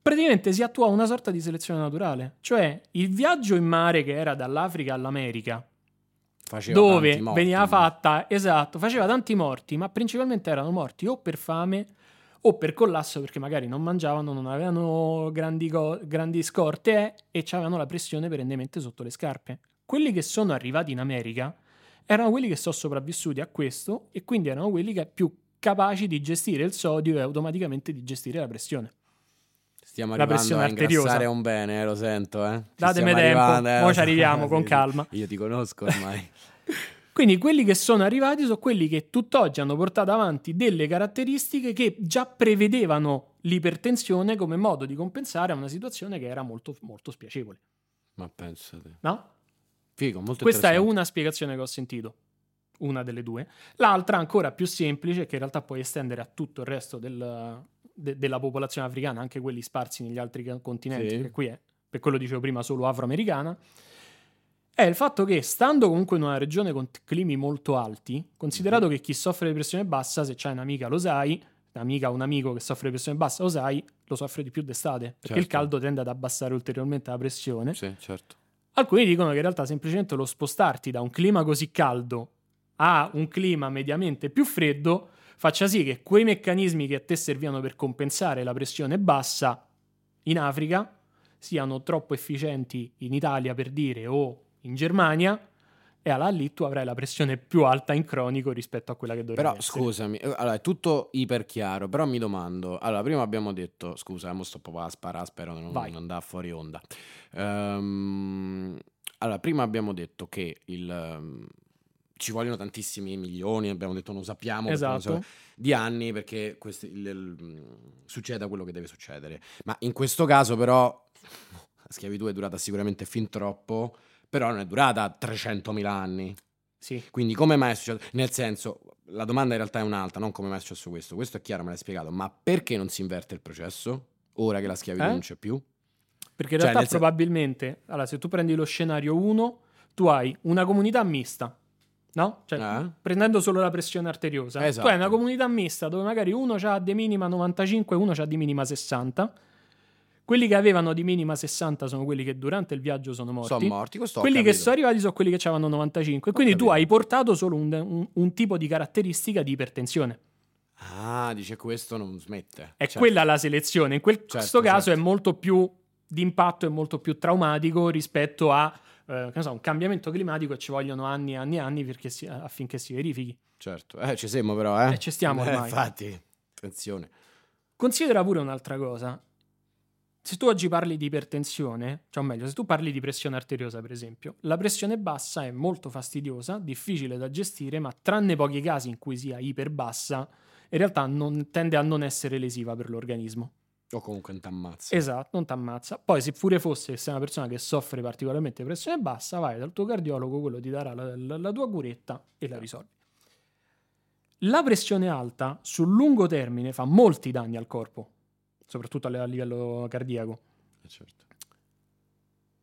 [SPEAKER 2] praticamente si attuò una sorta di selezione naturale, cioè il viaggio in mare che era dall'Africa all'America,
[SPEAKER 1] Faceva
[SPEAKER 2] dove
[SPEAKER 1] tanti morti,
[SPEAKER 2] veniva
[SPEAKER 1] ma-
[SPEAKER 2] fatta, esatto, faceva tanti morti, ma principalmente erano morti o per fame o per collasso perché magari non mangiavano, non avevano grandi, go- grandi scorte eh, e avevano la pressione perennemente sotto le scarpe. Quelli che sono arrivati in America erano quelli che sono sopravvissuti a questo e quindi erano quelli che più capaci di gestire il sodio e automaticamente di gestire la pressione.
[SPEAKER 1] Stiamo
[SPEAKER 2] la
[SPEAKER 1] arrivando
[SPEAKER 2] pressione
[SPEAKER 1] a ingrassare
[SPEAKER 2] arteriosa.
[SPEAKER 1] un bene, eh, lo sento, eh. Ci
[SPEAKER 2] Datemi
[SPEAKER 1] stiamo
[SPEAKER 2] tempo,
[SPEAKER 1] arrivando, eh, lo
[SPEAKER 2] mo ci
[SPEAKER 1] so.
[SPEAKER 2] arriviamo con
[SPEAKER 1] Sì, sì.
[SPEAKER 2] calma.
[SPEAKER 1] Io ti conosco ormai.
[SPEAKER 2] Quindi quelli che sono arrivati sono quelli che tutt'oggi hanno portato avanti delle caratteristiche che già prevedevano l'ipertensione come modo di compensare a una situazione che era molto, molto spiacevole.
[SPEAKER 1] ma pensate.
[SPEAKER 2] No?
[SPEAKER 1] Figo, molto
[SPEAKER 2] Questa è
[SPEAKER 1] interessante.
[SPEAKER 2] una spiegazione che ho sentito, una delle due. L'altra, ancora più semplice, che in realtà puoi estendere a tutto il resto del- de- della popolazione africana, anche quelli sparsi negli altri ca- continenti,
[SPEAKER 1] Sì.
[SPEAKER 2] perché qui è, per quello dicevo prima, solo afroamericana, è il fatto che, stando comunque in una regione con t- climi molto alti,
[SPEAKER 1] Mhm.
[SPEAKER 2] considerato che chi soffre di pressione bassa, se c'hai un'amica lo sai, un'amica o un amico che soffre di pressione bassa lo sai, lo soffre di più d'estate, perché il
[SPEAKER 1] Certo.
[SPEAKER 2] caldo tende ad abbassare ulteriormente la pressione.
[SPEAKER 1] Sì, certo.
[SPEAKER 2] Alcuni dicono che in realtà semplicemente lo spostarti da un clima così caldo a un clima mediamente più freddo faccia sì che quei meccanismi che a te servivano per compensare la pressione bassa in Africa siano troppo efficienti in Italia per dire o in Germania e allora lì tu avrai la pressione più alta in cronico rispetto a quella che dovrebbe
[SPEAKER 1] Però
[SPEAKER 2] essere.
[SPEAKER 1] scusami, eh, allora è tutto iperchiaro, però mi domando, allora prima abbiamo detto, scusa, eh, mo sto proprio a sparare, spero di non,
[SPEAKER 2] Vai.
[SPEAKER 1] non andare fuori onda. Ehm, allora, prima abbiamo detto che il, ehm, ci vogliono tantissimi milioni, abbiamo detto non sappiamo, perché non
[SPEAKER 2] esatto.
[SPEAKER 1] di anni perché questi- il- il- mh, succeda quello che deve succedere. Ma in questo caso però la schiavitù è durata sicuramente fin troppo, però non è durata 300.000 anni.
[SPEAKER 2] Sì.
[SPEAKER 1] Quindi come mai è successo? Nel senso, la domanda in realtà è un'altra, non come mai è successo questo. Questo è chiaro, me l'hai spiegato, ma perché non si inverte il processo ora che la schiavitù
[SPEAKER 2] Eh?
[SPEAKER 1] non c'è più?
[SPEAKER 2] Perché in
[SPEAKER 1] Cioè,
[SPEAKER 2] realtà
[SPEAKER 1] nel sen-
[SPEAKER 2] probabilmente, allora, se tu prendi lo scenario 1, tu hai una comunità mista, no? Cioè,
[SPEAKER 1] Eh?
[SPEAKER 2] prendendo solo la pressione arteriosa,
[SPEAKER 1] Esatto.
[SPEAKER 2] tu hai una comunità mista dove magari uno ha di minima 95 e uno ha di minima 60. Quelli che avevano di minima 60 sono quelli che durante il viaggio sono morti.
[SPEAKER 1] Sono morti, questo ho
[SPEAKER 2] quelli che
[SPEAKER 1] capito.
[SPEAKER 2] sono arrivati sono quelli che avevano 95. Quindi tu
[SPEAKER 1] capito.
[SPEAKER 2] hai portato solo un, un- un tipo di caratteristica di ipertensione.
[SPEAKER 1] Ah, dice questo non smette.
[SPEAKER 2] È
[SPEAKER 1] Cioè,
[SPEAKER 2] quella la selezione. In quel-
[SPEAKER 1] Certo,
[SPEAKER 2] questo caso
[SPEAKER 1] certo.
[SPEAKER 2] è molto più d'impatto e molto più traumatico rispetto a eh, che ne so, un cambiamento climatico e ci vogliono anni e anni e anni perché si- affinché si verifichi.
[SPEAKER 1] Certo, eh, ci siamo però, eh.
[SPEAKER 2] Eh, ci stiamo
[SPEAKER 1] Eh,
[SPEAKER 2] ormai.
[SPEAKER 1] infatti, attenzione.
[SPEAKER 2] Considera pure un'altra cosa. Se tu oggi parli di ipertensione, cioè o meglio, se tu parli di pressione arteriosa, per esempio, la pressione bassa è molto fastidiosa, difficile da gestire, ma tranne pochi casi in cui sia iperbassa, in realtà non- tende a non essere lesiva per l'organismo.
[SPEAKER 1] O comunque non t'ammazza.
[SPEAKER 2] Esatto, non ti ammazza. Poi, se pure fosse che sei una persona che soffre particolarmente di pressione bassa, vai dal tuo cardiologo, quello ti darà la, la- la tua curetta e la risolvi. La pressione alta sul lungo termine fa molti danni al corpo, soprattutto a livello cardiaco.
[SPEAKER 1] Eh, certo.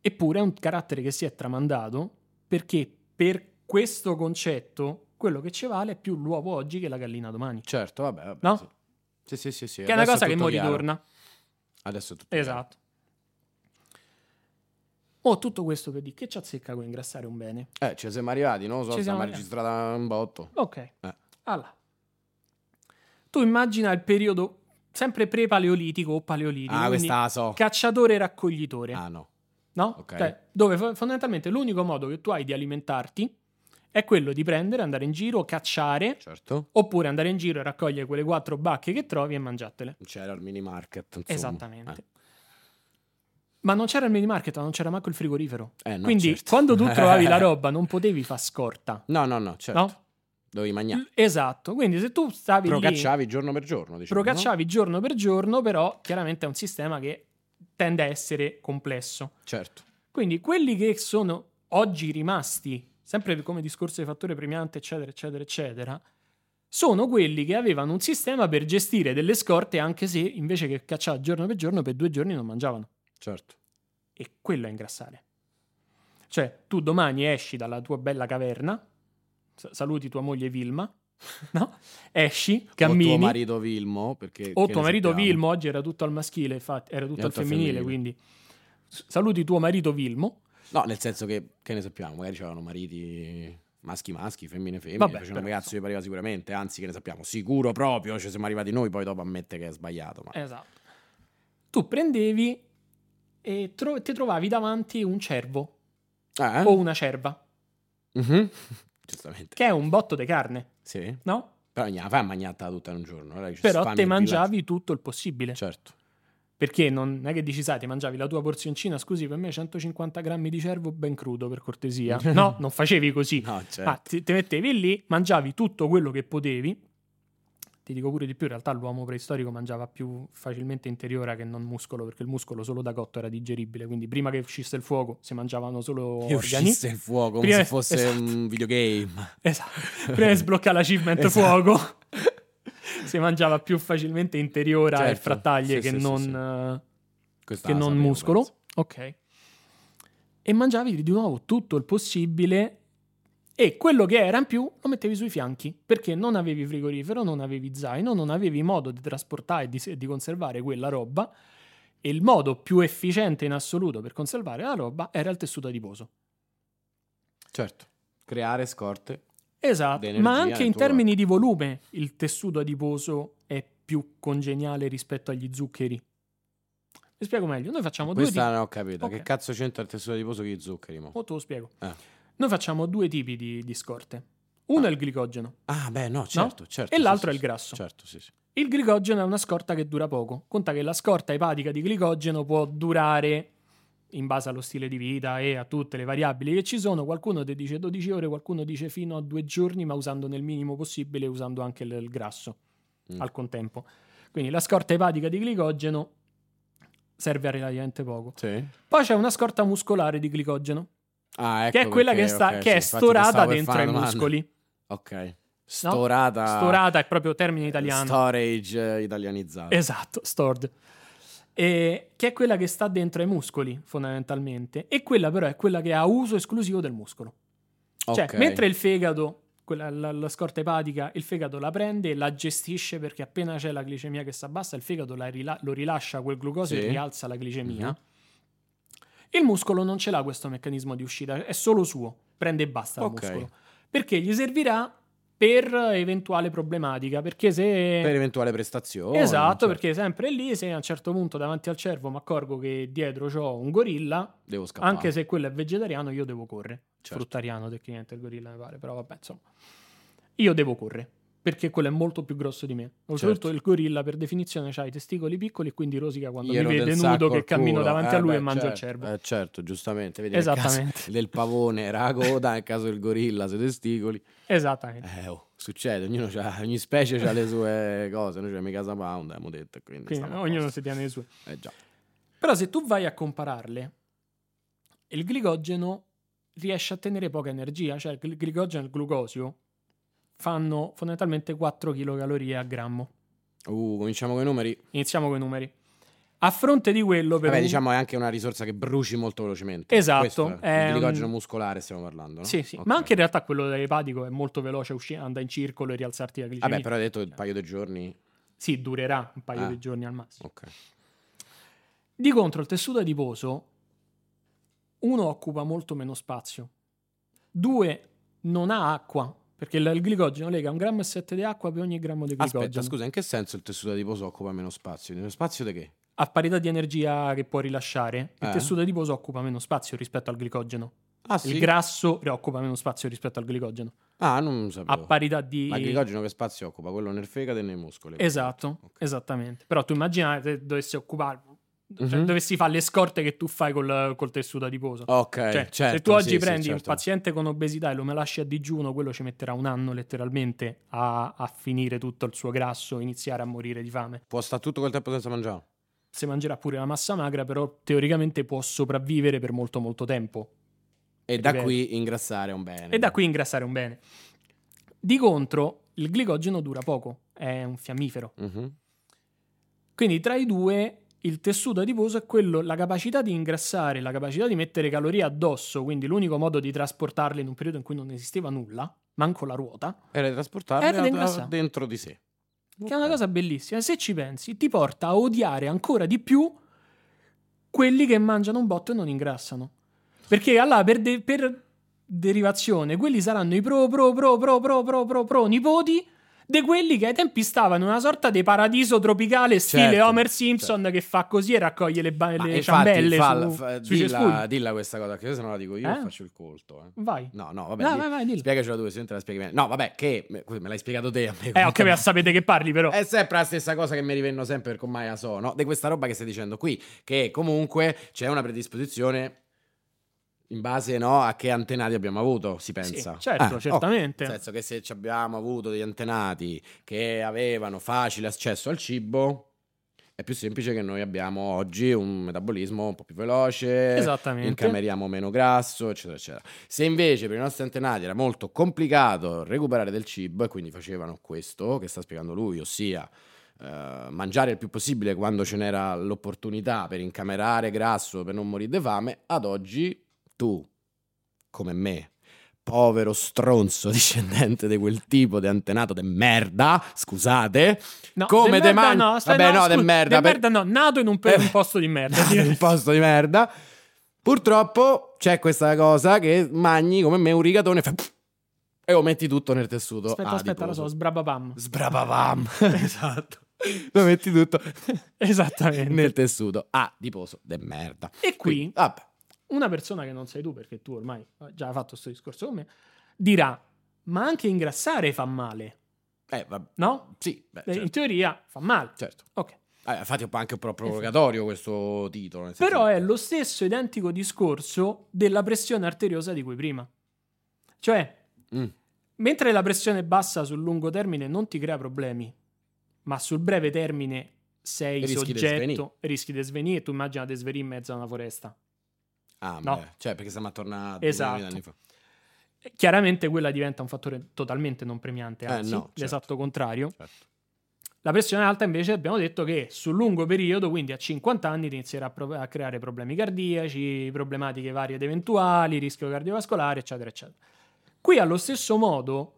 [SPEAKER 2] Eppure è un carattere che si è tramandato perché per questo concetto quello che ci vale è più l'uovo oggi che la gallina domani.
[SPEAKER 1] Certo, vabbè, vabbè,
[SPEAKER 2] No?
[SPEAKER 1] Sì. Sì, sì, sì, sì.
[SPEAKER 2] Che è una
[SPEAKER 1] adesso
[SPEAKER 2] cosa che
[SPEAKER 1] tutto
[SPEAKER 2] mo
[SPEAKER 1] chiaro.
[SPEAKER 2] ritorna.
[SPEAKER 1] Adesso è tutto chiaro.
[SPEAKER 2] Esatto. Oh, tutto questo per dire che ci azzecca con ingrassare un bene.
[SPEAKER 1] Eh, ci siamo arrivati, non lo so,
[SPEAKER 2] Ci siamo
[SPEAKER 1] stiamo
[SPEAKER 2] arrivati.
[SPEAKER 1] registrata un botto.
[SPEAKER 2] Ok.
[SPEAKER 1] Eh.
[SPEAKER 2] Allora. Tu immagina il periodo sempre pre-paleolitico o paleolitico,
[SPEAKER 1] Ah,
[SPEAKER 2] quindi
[SPEAKER 1] questa la so.
[SPEAKER 2] cacciatore-raccoglitore,
[SPEAKER 1] Ah, no.
[SPEAKER 2] no?
[SPEAKER 1] ok.
[SPEAKER 2] Cioè, dove fo- fondamentalmente l'unico modo che tu hai di alimentarti è quello di prendere, andare in giro, cacciare,
[SPEAKER 1] Certo.
[SPEAKER 2] oppure andare in giro e raccogliere quelle quattro bacche che trovi e mangiatele.
[SPEAKER 1] C'era il mini market, insomma. eh.
[SPEAKER 2] Esattamente. Ma non c'era il mini market, non c'era manco il frigorifero.
[SPEAKER 1] Eh, eh, no,
[SPEAKER 2] Quindi
[SPEAKER 1] certo.
[SPEAKER 2] quando tu trovavi la roba non potevi far scorta,
[SPEAKER 1] No, no, no, certo.
[SPEAKER 2] no?
[SPEAKER 1] Dovevi mangiare.
[SPEAKER 2] Esatto, quindi se tu stavi lì,
[SPEAKER 1] Procacciavi giorno per giorno, diciamo. no?
[SPEAKER 2] procacciavi giorno per giorno, però chiaramente è un sistema che tende a essere complesso.
[SPEAKER 1] Certo.
[SPEAKER 2] Quindi quelli che sono oggi rimasti, sempre come discorso di fattore premiante, eccetera, eccetera, eccetera, sono quelli che avevano un sistema per gestire delle scorte anche se invece che cacciare giorno per giorno, per due giorni non mangiavano.
[SPEAKER 1] Certo.
[SPEAKER 2] E quello è ingrassare. Cioè, tu domani esci dalla tua bella caverna, sa- saluti tua moglie Vilma, no? Esci, cammini.
[SPEAKER 1] O tuo marito Vilmo, perché...
[SPEAKER 2] o
[SPEAKER 1] che
[SPEAKER 2] tuo
[SPEAKER 1] ne
[SPEAKER 2] marito
[SPEAKER 1] sappiamo?
[SPEAKER 2] Vilmo, oggi era tutto al maschile, infatti, era tutto
[SPEAKER 1] Era
[SPEAKER 2] al
[SPEAKER 1] tutto al
[SPEAKER 2] femminile,
[SPEAKER 1] femminile.
[SPEAKER 2] quindi s- saluti tuo marito Vilmo.
[SPEAKER 1] No, nel senso che, che ne sappiamo, magari c'erano mariti maschi maschi, femmine femmine,
[SPEAKER 2] Vabbè,
[SPEAKER 1] facevano
[SPEAKER 2] però,
[SPEAKER 1] un ragazzo che pareva sicuramente, anzi che ne sappiamo, sicuro proprio, ci siamo arrivati noi, poi dopo ammette che è sbagliato, ma
[SPEAKER 2] Esatto. Tu prendevi e tro- ti trovavi davanti un cervo
[SPEAKER 1] Eh?
[SPEAKER 2] o una cerva,
[SPEAKER 1] Mhm. Giustamente.
[SPEAKER 2] oh. che è un botto di carne,
[SPEAKER 1] Sì.
[SPEAKER 2] no?
[SPEAKER 1] Però gnà, fai a mangiata tutta in un giorno. allora che ci
[SPEAKER 2] Però
[SPEAKER 1] sfami
[SPEAKER 2] te
[SPEAKER 1] il
[SPEAKER 2] mangiavi tutto il possibile.
[SPEAKER 1] villaggio. Certo.
[SPEAKER 2] Perché non è che dici, sai, ti mangiavi la tua porzioncina, scusi, per me 150 grammi di cervo ben crudo, per cortesia. No, non facevi così.
[SPEAKER 1] No, certo.
[SPEAKER 2] Ma ti, ti mettevi lì, mangiavi tutto quello che potevi. Ti dico pure di più, in realtà l'uomo preistorico mangiava più facilmente interiora che non muscolo, perché il muscolo solo da cotto era digeribile, quindi prima che uscisse il fuoco si mangiavano solo
[SPEAKER 1] Che
[SPEAKER 2] organi.
[SPEAKER 1] uscisse il fuoco come
[SPEAKER 2] Prima-
[SPEAKER 1] se fosse
[SPEAKER 2] esatto.
[SPEAKER 1] un videogame.
[SPEAKER 2] Esatto. Prima di sbloccare l'achievement
[SPEAKER 1] Esatto.
[SPEAKER 2] fuoco si mangiava più facilmente interiora e
[SPEAKER 1] Certo.
[SPEAKER 2] frattaglie
[SPEAKER 1] Sì,
[SPEAKER 2] che
[SPEAKER 1] sì, sì,
[SPEAKER 2] non
[SPEAKER 1] sì.
[SPEAKER 2] eh,
[SPEAKER 1] Questa
[SPEAKER 2] che
[SPEAKER 1] la
[SPEAKER 2] non
[SPEAKER 1] sapevo,
[SPEAKER 2] muscolo.
[SPEAKER 1] penso.
[SPEAKER 2] Ok. E mangiavi di nuovo tutto il possibile e quello che era in più lo mettevi sui fianchi perché non avevi frigorifero, non avevi zaino, non avevi modo di trasportare e di, se- di conservare quella roba e il modo più efficiente in assoluto per conservare la roba era il tessuto adiposo.
[SPEAKER 1] Certo. Creare scorte.
[SPEAKER 2] Esatto,
[SPEAKER 1] d'energia
[SPEAKER 2] ma anche
[SPEAKER 1] nel
[SPEAKER 2] in
[SPEAKER 1] tuo
[SPEAKER 2] termini di volume il tessuto adiposo è più congeniale rispetto agli zuccheri. Vi spiego meglio, noi facciamo due
[SPEAKER 1] Questa
[SPEAKER 2] tipi...
[SPEAKER 1] non ho capito.
[SPEAKER 2] Ok.
[SPEAKER 1] Che cazzo c'entra il tessuto adiposo che gli zuccheri? mo?
[SPEAKER 2] Mo Oh, te lo spiego.
[SPEAKER 1] Ah.
[SPEAKER 2] Noi facciamo due tipi di, di scorte. Uno è il glicogeno.
[SPEAKER 1] Ah, beh, no, certo, certo.
[SPEAKER 2] E
[SPEAKER 1] sì,
[SPEAKER 2] l'altro
[SPEAKER 1] sì,
[SPEAKER 2] è il grasso.
[SPEAKER 1] Certo, sì, sì.
[SPEAKER 2] Il glicogeno è una scorta che dura poco. Conta che la scorta epatica di glicogeno può durare, in base allo stile di vita e a tutte le variabili che ci sono, qualcuno ti dice 12 ore, qualcuno dice fino a due giorni, ma usando nel minimo possibile, usando anche il, il grasso
[SPEAKER 1] Mm.
[SPEAKER 2] al contempo. Quindi la scorta epatica di glicogeno serve a relativamente poco.
[SPEAKER 1] Sì.
[SPEAKER 2] Poi c'è una scorta muscolare di glicogeno,
[SPEAKER 1] Ah, ecco
[SPEAKER 2] che è quella
[SPEAKER 1] perché,
[SPEAKER 2] che, sta,
[SPEAKER 1] ok,
[SPEAKER 2] che
[SPEAKER 1] sì,
[SPEAKER 2] è
[SPEAKER 1] infatti ti
[SPEAKER 2] storata
[SPEAKER 1] stavo per
[SPEAKER 2] dentro
[SPEAKER 1] fare
[SPEAKER 2] ai
[SPEAKER 1] una domanda.
[SPEAKER 2] muscoli.
[SPEAKER 1] Ok. Storata.
[SPEAKER 2] Storata è proprio termine italiano.
[SPEAKER 1] Storage eh, italianizzato.
[SPEAKER 2] Esatto, stored. E- che è quella che sta dentro ai muscoli, fondamentalmente. E quella però è quella che ha uso esclusivo del muscolo.
[SPEAKER 1] Ok.
[SPEAKER 2] Cioè, mentre il fegato, quella- la, la scorta epatica, il fegato la prende e la gestisce perché appena c'è la glicemia che si abbassa, il fegato la rila- lo rilascia quel glucosio
[SPEAKER 1] Sì.
[SPEAKER 2] e rialza la glicemia.
[SPEAKER 1] Mhm.
[SPEAKER 2] Il muscolo non ce l'ha questo meccanismo di uscita, è solo suo, prende e basta
[SPEAKER 1] Ok.
[SPEAKER 2] il muscolo. Perché gli servirà per eventuale problematica, perché se...
[SPEAKER 1] Per eventuale prestazione.
[SPEAKER 2] Esatto,
[SPEAKER 1] cioè,
[SPEAKER 2] perché sempre lì, se a un certo punto davanti al cervo mi accorgo che dietro c'ho un gorilla,
[SPEAKER 1] Devo scappare.
[SPEAKER 2] anche se quello è vegetariano, io devo correre.
[SPEAKER 1] Certo.
[SPEAKER 2] Fruttariano tecnicamente il gorilla, mi pare, però vabbè, insomma. Io devo correre, perché quello è molto più grosso di me. Oltretutto
[SPEAKER 1] Certo.
[SPEAKER 2] il gorilla, per definizione, ha i testicoli piccoli e quindi rosica quando
[SPEAKER 1] Gli
[SPEAKER 2] mi
[SPEAKER 1] rode
[SPEAKER 2] vede
[SPEAKER 1] un
[SPEAKER 2] nudo
[SPEAKER 1] sacco
[SPEAKER 2] che
[SPEAKER 1] al
[SPEAKER 2] cammino
[SPEAKER 1] culo.
[SPEAKER 2] davanti
[SPEAKER 1] Eh,
[SPEAKER 2] a lui
[SPEAKER 1] beh,
[SPEAKER 2] e mangio il
[SPEAKER 1] certo,
[SPEAKER 2] cervo.
[SPEAKER 1] eh, certo, giustamente. Vedi Esattamente.
[SPEAKER 2] Esattamente.
[SPEAKER 1] del pavone era la coda, nel caso del gorilla, sui testicoli.
[SPEAKER 2] Esattamente.
[SPEAKER 1] Eh, oh, succede, ognuno c'ha, ogni specie ha le sue cose. Noi c'è mica Sound, abbiamo detto. Quindi
[SPEAKER 2] Quindi
[SPEAKER 1] stiamo a
[SPEAKER 2] ognuno
[SPEAKER 1] posto.
[SPEAKER 2] si tiene le sue.
[SPEAKER 1] Eh, già.
[SPEAKER 2] Però se tu vai a compararle, il glicogeno riesce a tenere poca energia, cioè il gl- glicogeno e il glucosio fanno fondamentalmente 4 kcal a grammo.
[SPEAKER 1] Uh, cominciamo con i numeri.
[SPEAKER 2] Iniziamo con i numeri. A fronte di quello, per
[SPEAKER 1] Vabbè,
[SPEAKER 2] un-
[SPEAKER 1] diciamo è anche una risorsa che bruci molto velocemente.
[SPEAKER 2] Esatto,
[SPEAKER 1] Questo
[SPEAKER 2] è
[SPEAKER 1] È il glicogeno
[SPEAKER 2] un-
[SPEAKER 1] muscolare stiamo parlando, no?
[SPEAKER 2] Sì, sì.
[SPEAKER 1] Ok.
[SPEAKER 2] ma anche in realtà quello dell'epatico è molto veloce, usci- anda in circolo e rialzarti la glicemia.
[SPEAKER 1] Vabbè, però hai detto un paio di giorni.
[SPEAKER 2] Sì, durerà un paio
[SPEAKER 1] Ah.
[SPEAKER 2] di giorni al massimo.
[SPEAKER 1] Ok.
[SPEAKER 2] Di contro, il tessuto adiposo, uno, occupa molto meno spazio, due, non ha acqua, perché il il glicogeno lega un grammo e sette di acqua per ogni grammo di glicogeno.
[SPEAKER 1] Aspetta, scusa, in che senso il tessuto adiposo occupa meno spazio? Meno spazio di che?
[SPEAKER 2] A parità di energia che può rilasciare, il
[SPEAKER 1] Eh.
[SPEAKER 2] tessuto adiposo occupa meno spazio rispetto al glicogeno.
[SPEAKER 1] Ah,
[SPEAKER 2] Il grasso occupa meno spazio rispetto al glicogeno.
[SPEAKER 1] ah, non
[SPEAKER 2] A
[SPEAKER 1] sapevo.
[SPEAKER 2] parità di...
[SPEAKER 1] Ma il glicogeno che spazio occupa? Quello nel fegato e nei muscoli.
[SPEAKER 2] Esatto,
[SPEAKER 1] Ok.
[SPEAKER 2] esattamente. Però tu immaginate se dovesse occupare Cioè,
[SPEAKER 1] Mhm.
[SPEAKER 2] dove si fa le scorte che tu fai col, col tessuto adiposo.
[SPEAKER 1] Ok,
[SPEAKER 2] Cioè,
[SPEAKER 1] certo,
[SPEAKER 2] se tu oggi
[SPEAKER 1] sì, sì,
[SPEAKER 2] prendi un
[SPEAKER 1] certo.
[SPEAKER 2] paziente con obesità e lo me lasci a digiuno, quello ci metterà un anno letteralmente a, a finire tutto il suo grasso e iniziare a morire di fame.
[SPEAKER 1] Può stare tutto quel tempo senza mangiare.
[SPEAKER 2] Se mangerà pure la massa magra, però teoricamente può sopravvivere per molto molto tempo.
[SPEAKER 1] E da
[SPEAKER 2] Ripeto.
[SPEAKER 1] qui ingrassare è un bene.
[SPEAKER 2] E da qui ingrassare è un bene. Di contro, il glicogeno dura poco, è un fiammifero.
[SPEAKER 1] Mhm.
[SPEAKER 2] Quindi tra i due il tessuto adiposo è quello, la capacità di ingrassare, la capacità di mettere calorie addosso, quindi l'unico modo di trasportarle in un periodo in cui non esisteva nulla, manco la ruota,
[SPEAKER 1] Era di trasportarlo
[SPEAKER 2] Era di
[SPEAKER 1] a- a-
[SPEAKER 2] ingrassare.
[SPEAKER 1] dentro di sé.
[SPEAKER 2] che è una cosa bellissima. Se ci pensi, ti porta a odiare ancora di più quelli che mangiano un botto e non ingrassano. Perché allora per, de- per derivazione, quelli saranno i pro pro pro pro pro pro pro pro nipoti di quelli che ai tempi stavano in una sorta di paradiso tropicale stile
[SPEAKER 1] Certo,
[SPEAKER 2] Homer Simpson che fa così e raccoglie le, ba-
[SPEAKER 1] Ma
[SPEAKER 2] le
[SPEAKER 1] infatti,
[SPEAKER 2] ciambelle
[SPEAKER 1] falla-
[SPEAKER 2] su-
[SPEAKER 1] fa-
[SPEAKER 2] sui
[SPEAKER 1] dilla,
[SPEAKER 2] cespugli.
[SPEAKER 1] dilla questa cosa, che se no la dico io
[SPEAKER 2] Eh?
[SPEAKER 1] faccio il colto. eh.
[SPEAKER 2] Vai.
[SPEAKER 1] No, no, vabbè.
[SPEAKER 2] Vai,
[SPEAKER 1] di-
[SPEAKER 2] vai, vai, dillo.
[SPEAKER 1] Spiegacela tu, se te la spieghi bene. No, vabbè, che me, me l'hai spiegato te a me.
[SPEAKER 2] Eh, ok, ma sapete che parli però.
[SPEAKER 1] È sempre la stessa cosa che mi rivenno sempre perché ormai la so, no? Di questa roba che stai dicendo qui, che comunque c'è una predisposizione in base no, a che antenati abbiamo avuto, si
[SPEAKER 2] Sì,
[SPEAKER 1] pensa.
[SPEAKER 2] certo,
[SPEAKER 1] Ah,
[SPEAKER 2] certamente.
[SPEAKER 1] oh, Nel senso che se ci abbiamo avuto degli antenati che avevano facile accesso al cibo, è più semplice che noi abbiamo oggi un metabolismo un po' più veloce,
[SPEAKER 2] Esatto. Esattamente.
[SPEAKER 1] incameriamo meno grasso, eccetera, eccetera. Se invece per i nostri antenati era molto complicato recuperare del cibo e quindi facevano questo che sta spiegando lui, ossia eh, mangiare il più possibile quando ce n'era l'opportunità per incamerare grasso, per non morire di fame, ad oggi tu, come me, povero stronzo discendente di quel tipo di antenato de merda, scusate,
[SPEAKER 2] No,
[SPEAKER 1] come
[SPEAKER 2] de
[SPEAKER 1] te
[SPEAKER 2] merda
[SPEAKER 1] mangi-
[SPEAKER 2] No, stai-
[SPEAKER 1] Vabbè, no, de
[SPEAKER 2] scusa,
[SPEAKER 1] merda,
[SPEAKER 2] de
[SPEAKER 1] per-
[SPEAKER 2] merda no, nato in un, pe-
[SPEAKER 1] Eh,
[SPEAKER 2] un posto di merda.
[SPEAKER 1] in un posto di merda. Purtroppo c'è questa cosa che magni come me un rigatone e fai pff, e lo metti tutto nel tessuto. Ah,
[SPEAKER 2] Aspetta, aspetta, la so, sbrababam.
[SPEAKER 1] Sbrababam. esatto. Lo metti tutto
[SPEAKER 2] Esattamente.
[SPEAKER 1] nel tessuto adiposo de merda.
[SPEAKER 2] E qui
[SPEAKER 1] vabbè.
[SPEAKER 2] una persona che non sei tu, perché tu ormai hai già fatto questo discorso con me, dirà, ma anche ingrassare fa male,
[SPEAKER 1] Eh, vabbè.
[SPEAKER 2] no?
[SPEAKER 1] Sì, beh,
[SPEAKER 2] Eh, In
[SPEAKER 1] certo.
[SPEAKER 2] teoria fa male.
[SPEAKER 1] certo.
[SPEAKER 2] Ok.
[SPEAKER 1] Eh, infatti è anche un po' provocatorio questo titolo. nel senso
[SPEAKER 2] Però
[SPEAKER 1] che-
[SPEAKER 2] è lo stesso identico discorso della pressione arteriosa di cui prima. Cioè,
[SPEAKER 1] Mm.
[SPEAKER 2] mentre la pressione bassa sul lungo termine non ti crea problemi, ma sul breve termine sei
[SPEAKER 1] Rischi di svenire.
[SPEAKER 2] soggetto, rischi di svenire, tu immagina di svenire in mezzo a una foresta.
[SPEAKER 1] Ah,
[SPEAKER 2] no.
[SPEAKER 1] beh, Cioè, perché siamo attorno a
[SPEAKER 2] Esatto.
[SPEAKER 1] 2000 anni fa.
[SPEAKER 2] E Chiaramente quella diventa un fattore totalmente non premiante,
[SPEAKER 1] Eh,
[SPEAKER 2] anzi,
[SPEAKER 1] no, certo.
[SPEAKER 2] l'esatto contrario.
[SPEAKER 1] Certo.
[SPEAKER 2] La pressione alta invece abbiamo detto che sul lungo periodo, quindi a 50 anni, ti inizierà a, prov- a creare problemi cardiaci, problematiche varie ed eventuali, rischio cardiovascolare, eccetera, eccetera. Qui allo stesso modo,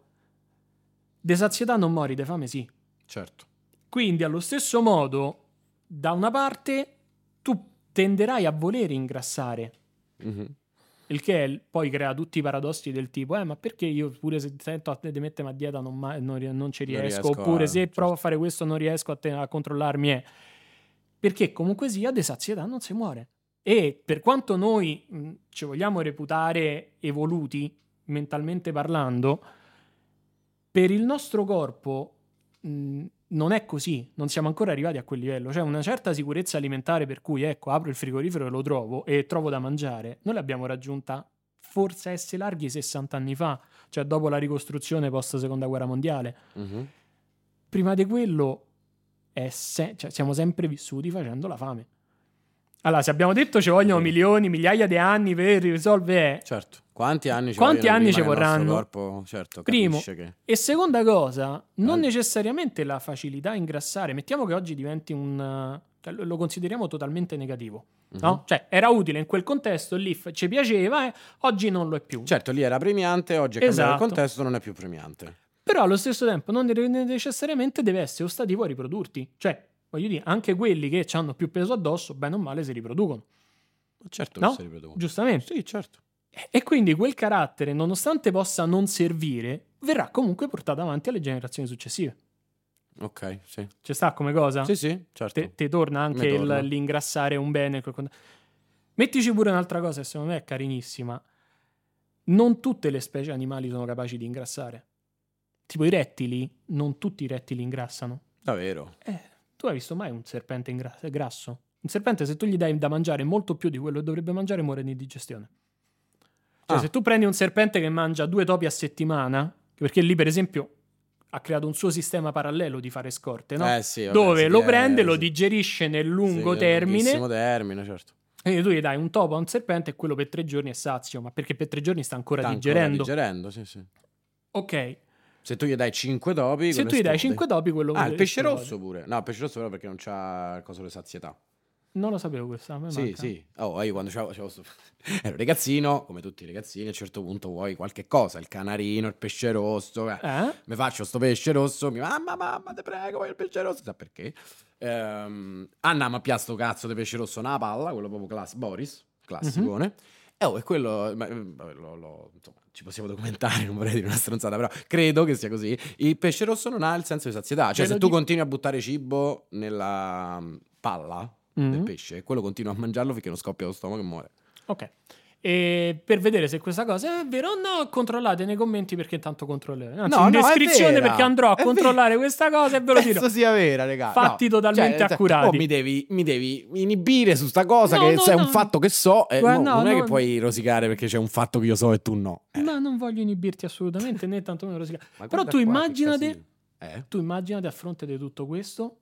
[SPEAKER 2] de sazietà non mori, de fame sì.
[SPEAKER 1] certo.
[SPEAKER 2] Quindi allo stesso modo, da una parte, tu tenderai a voler ingrassare,
[SPEAKER 1] Mhm.
[SPEAKER 2] il che è- poi crea tutti i paradossi del tipo, eh, ma perché io pure se sento a te di mettermi a dieta non, ma- non ri- non ci
[SPEAKER 1] Non
[SPEAKER 2] riesco,
[SPEAKER 1] riesco
[SPEAKER 2] oppure
[SPEAKER 1] a- certo.
[SPEAKER 2] se provo a fare questo non riesco a, te- a controllarmi, eh. perché comunque sia, di sazietà non si muore. E per quanto noi mh, ci vogliamo reputare evoluti, mentalmente parlando, per il nostro corpo mh, non è così, non siamo ancora arrivati a quel livello. C'è una certa sicurezza alimentare per cui, ecco, apro il frigorifero e lo trovo e trovo da mangiare. Noi l'abbiamo raggiunta forse a essere larghi 60 anni fa, cioè dopo la ricostruzione post seconda guerra mondiale.
[SPEAKER 1] Mhm.
[SPEAKER 2] Prima di quello è se- cioè, siamo sempre vissuti facendo la fame. Allora, se abbiamo detto ci vogliono milioni, migliaia di anni per risolvere...
[SPEAKER 1] Certo. Quanti anni ci,
[SPEAKER 2] Quanti
[SPEAKER 1] vogliono
[SPEAKER 2] anni
[SPEAKER 1] prima
[SPEAKER 2] ci
[SPEAKER 1] che il nostro
[SPEAKER 2] vorranno?
[SPEAKER 1] corpo, certo,
[SPEAKER 2] Primo.
[SPEAKER 1] capisce che...
[SPEAKER 2] E seconda cosa, non
[SPEAKER 1] Bello.
[SPEAKER 2] necessariamente la facilità a ingrassare. Mettiamo che oggi diventi un. eh, cioè, lo- lo consideriamo totalmente negativo.
[SPEAKER 1] Mhm.
[SPEAKER 2] No? Cioè, era utile in quel contesto, lì f- ci piaceva, eh, oggi non lo è più.
[SPEAKER 1] Certo, lì era premiante, oggi è cambiato il
[SPEAKER 2] Esatto.
[SPEAKER 1] contesto, non è più premiante.
[SPEAKER 2] Però allo stesso tempo non ne- ne- necessariamente deve essere ostativo a riprodurti. Cioè, voglio dire, anche quelli che hanno più peso addosso, bene o male, si riproducono.
[SPEAKER 1] Ma certo
[SPEAKER 2] No?
[SPEAKER 1] che si ripete uno.
[SPEAKER 2] Giustamente.
[SPEAKER 1] Sì, certo.
[SPEAKER 2] E- E quindi quel carattere, nonostante possa non servire, verrà comunque portato avanti alle generazioni successive.
[SPEAKER 1] Ok, sì.
[SPEAKER 2] Ci sta come cosa?
[SPEAKER 1] Sì, sì, certo.
[SPEAKER 2] te, te torna anche
[SPEAKER 1] Mi
[SPEAKER 2] il-
[SPEAKER 1] torna.
[SPEAKER 2] l'ingrassare un bene. quel cont- Mettici pure un'altra cosa, che secondo me è carinissima. Non tutte le specie animali sono capaci di ingrassare. Tipo i rettili, non tutti i rettili ingrassano.
[SPEAKER 1] Davvero.
[SPEAKER 2] Eh, tu hai visto mai un serpente ingra- grasso? Un serpente, se tu gli dai da mangiare molto più di quello che dovrebbe mangiare, muore di indigestione. Cioè,
[SPEAKER 1] Ah.
[SPEAKER 2] se tu prendi un serpente che mangia due topi a settimana, perché lì, per esempio, ha creato un suo sistema parallelo di fare scorte, no?
[SPEAKER 1] Eh sì, vabbè,
[SPEAKER 2] Dove
[SPEAKER 1] sì,
[SPEAKER 2] lo
[SPEAKER 1] eh,
[SPEAKER 2] prende, lo
[SPEAKER 1] sì.
[SPEAKER 2] digerisce nel
[SPEAKER 1] Sì,
[SPEAKER 2] lungo
[SPEAKER 1] nel
[SPEAKER 2] termine,
[SPEAKER 1] lunghissimo termine, certo.
[SPEAKER 2] Quindi tu gli dai un topo a un serpente e quello per tre giorni è sazio, ma perché per tre giorni sta ancora
[SPEAKER 1] Sta ancora
[SPEAKER 2] digerendo.
[SPEAKER 1] digerendo, sì, sì.
[SPEAKER 2] ok,
[SPEAKER 1] Se tu gli dai 5 topi,
[SPEAKER 2] se
[SPEAKER 1] quello
[SPEAKER 2] tu gli dai
[SPEAKER 1] esplode.
[SPEAKER 2] 5 topi, quello
[SPEAKER 1] Ah, il pesce
[SPEAKER 2] esplode.
[SPEAKER 1] rosso pure. No, il pesce rosso però perché non c'ha il coso di sazietà.
[SPEAKER 2] Non lo sapevo questo, a me
[SPEAKER 1] Sì,
[SPEAKER 2] Ah, manca.
[SPEAKER 1] sì. Oh, io quando c'avevo, c'avevo sto- ero ragazzino, come tutti i ragazzini, a un certo punto vuoi qualche cosa, il canarino, il pesce rosso. eh.
[SPEAKER 2] Eh?
[SPEAKER 1] Mi faccio sto pesce rosso, mi "Ah, mamma, mamma, te prego, voglio il pesce rosso. Sa perché? Ehm, Anna mi ha piasto cazzo di pesce rosso, una palla, quello proprio classico, Boris, classicone. E oh, e quello, ma, eh, vabbè, lo- lo- insomma, ci possiamo documentare, non vorrei dire una stronzata, però credo che sia così. Il pesce rosso non ha il senso di sazietà,
[SPEAKER 2] Ve
[SPEAKER 1] cioè se
[SPEAKER 2] lo
[SPEAKER 1] tu
[SPEAKER 2] dico-
[SPEAKER 1] continui a buttare cibo nella mm, palla, del
[SPEAKER 2] Mm.
[SPEAKER 1] pesce, quello continua a mangiarlo finché non scoppia lo stomaco e muore.
[SPEAKER 2] Ok. E per vedere se questa cosa è vera o no, controllate nei commenti perché tanto controllerò. Anzi,
[SPEAKER 1] No,
[SPEAKER 2] in
[SPEAKER 1] no, è
[SPEAKER 2] descrizione
[SPEAKER 1] vera,
[SPEAKER 2] perché andrò a
[SPEAKER 1] è
[SPEAKER 2] controllare questa cosa e ve lo dirò.
[SPEAKER 1] Penso sia vera, regà.
[SPEAKER 2] Fatti totalmente
[SPEAKER 1] cioè,
[SPEAKER 2] accurati.
[SPEAKER 1] oh, mi, devi, mi devi inibire su sta cosa
[SPEAKER 2] No,
[SPEAKER 1] che
[SPEAKER 2] no,
[SPEAKER 1] se è
[SPEAKER 2] no.
[SPEAKER 1] un fatto che so, eh,
[SPEAKER 2] Guarda,
[SPEAKER 1] no,
[SPEAKER 2] no,
[SPEAKER 1] non è
[SPEAKER 2] no.
[SPEAKER 1] che puoi rosicare perché c'è un fatto che io so e tu no. Eh,
[SPEAKER 2] Ma non voglio inibirti assolutamente, né tantomeno rosicare.
[SPEAKER 1] ma
[SPEAKER 2] Però
[SPEAKER 1] guarda qua,
[SPEAKER 2] tu
[SPEAKER 1] che
[SPEAKER 2] immaginate,
[SPEAKER 1] casino. Eh?
[SPEAKER 2] tu immaginate a fronte di tutto questo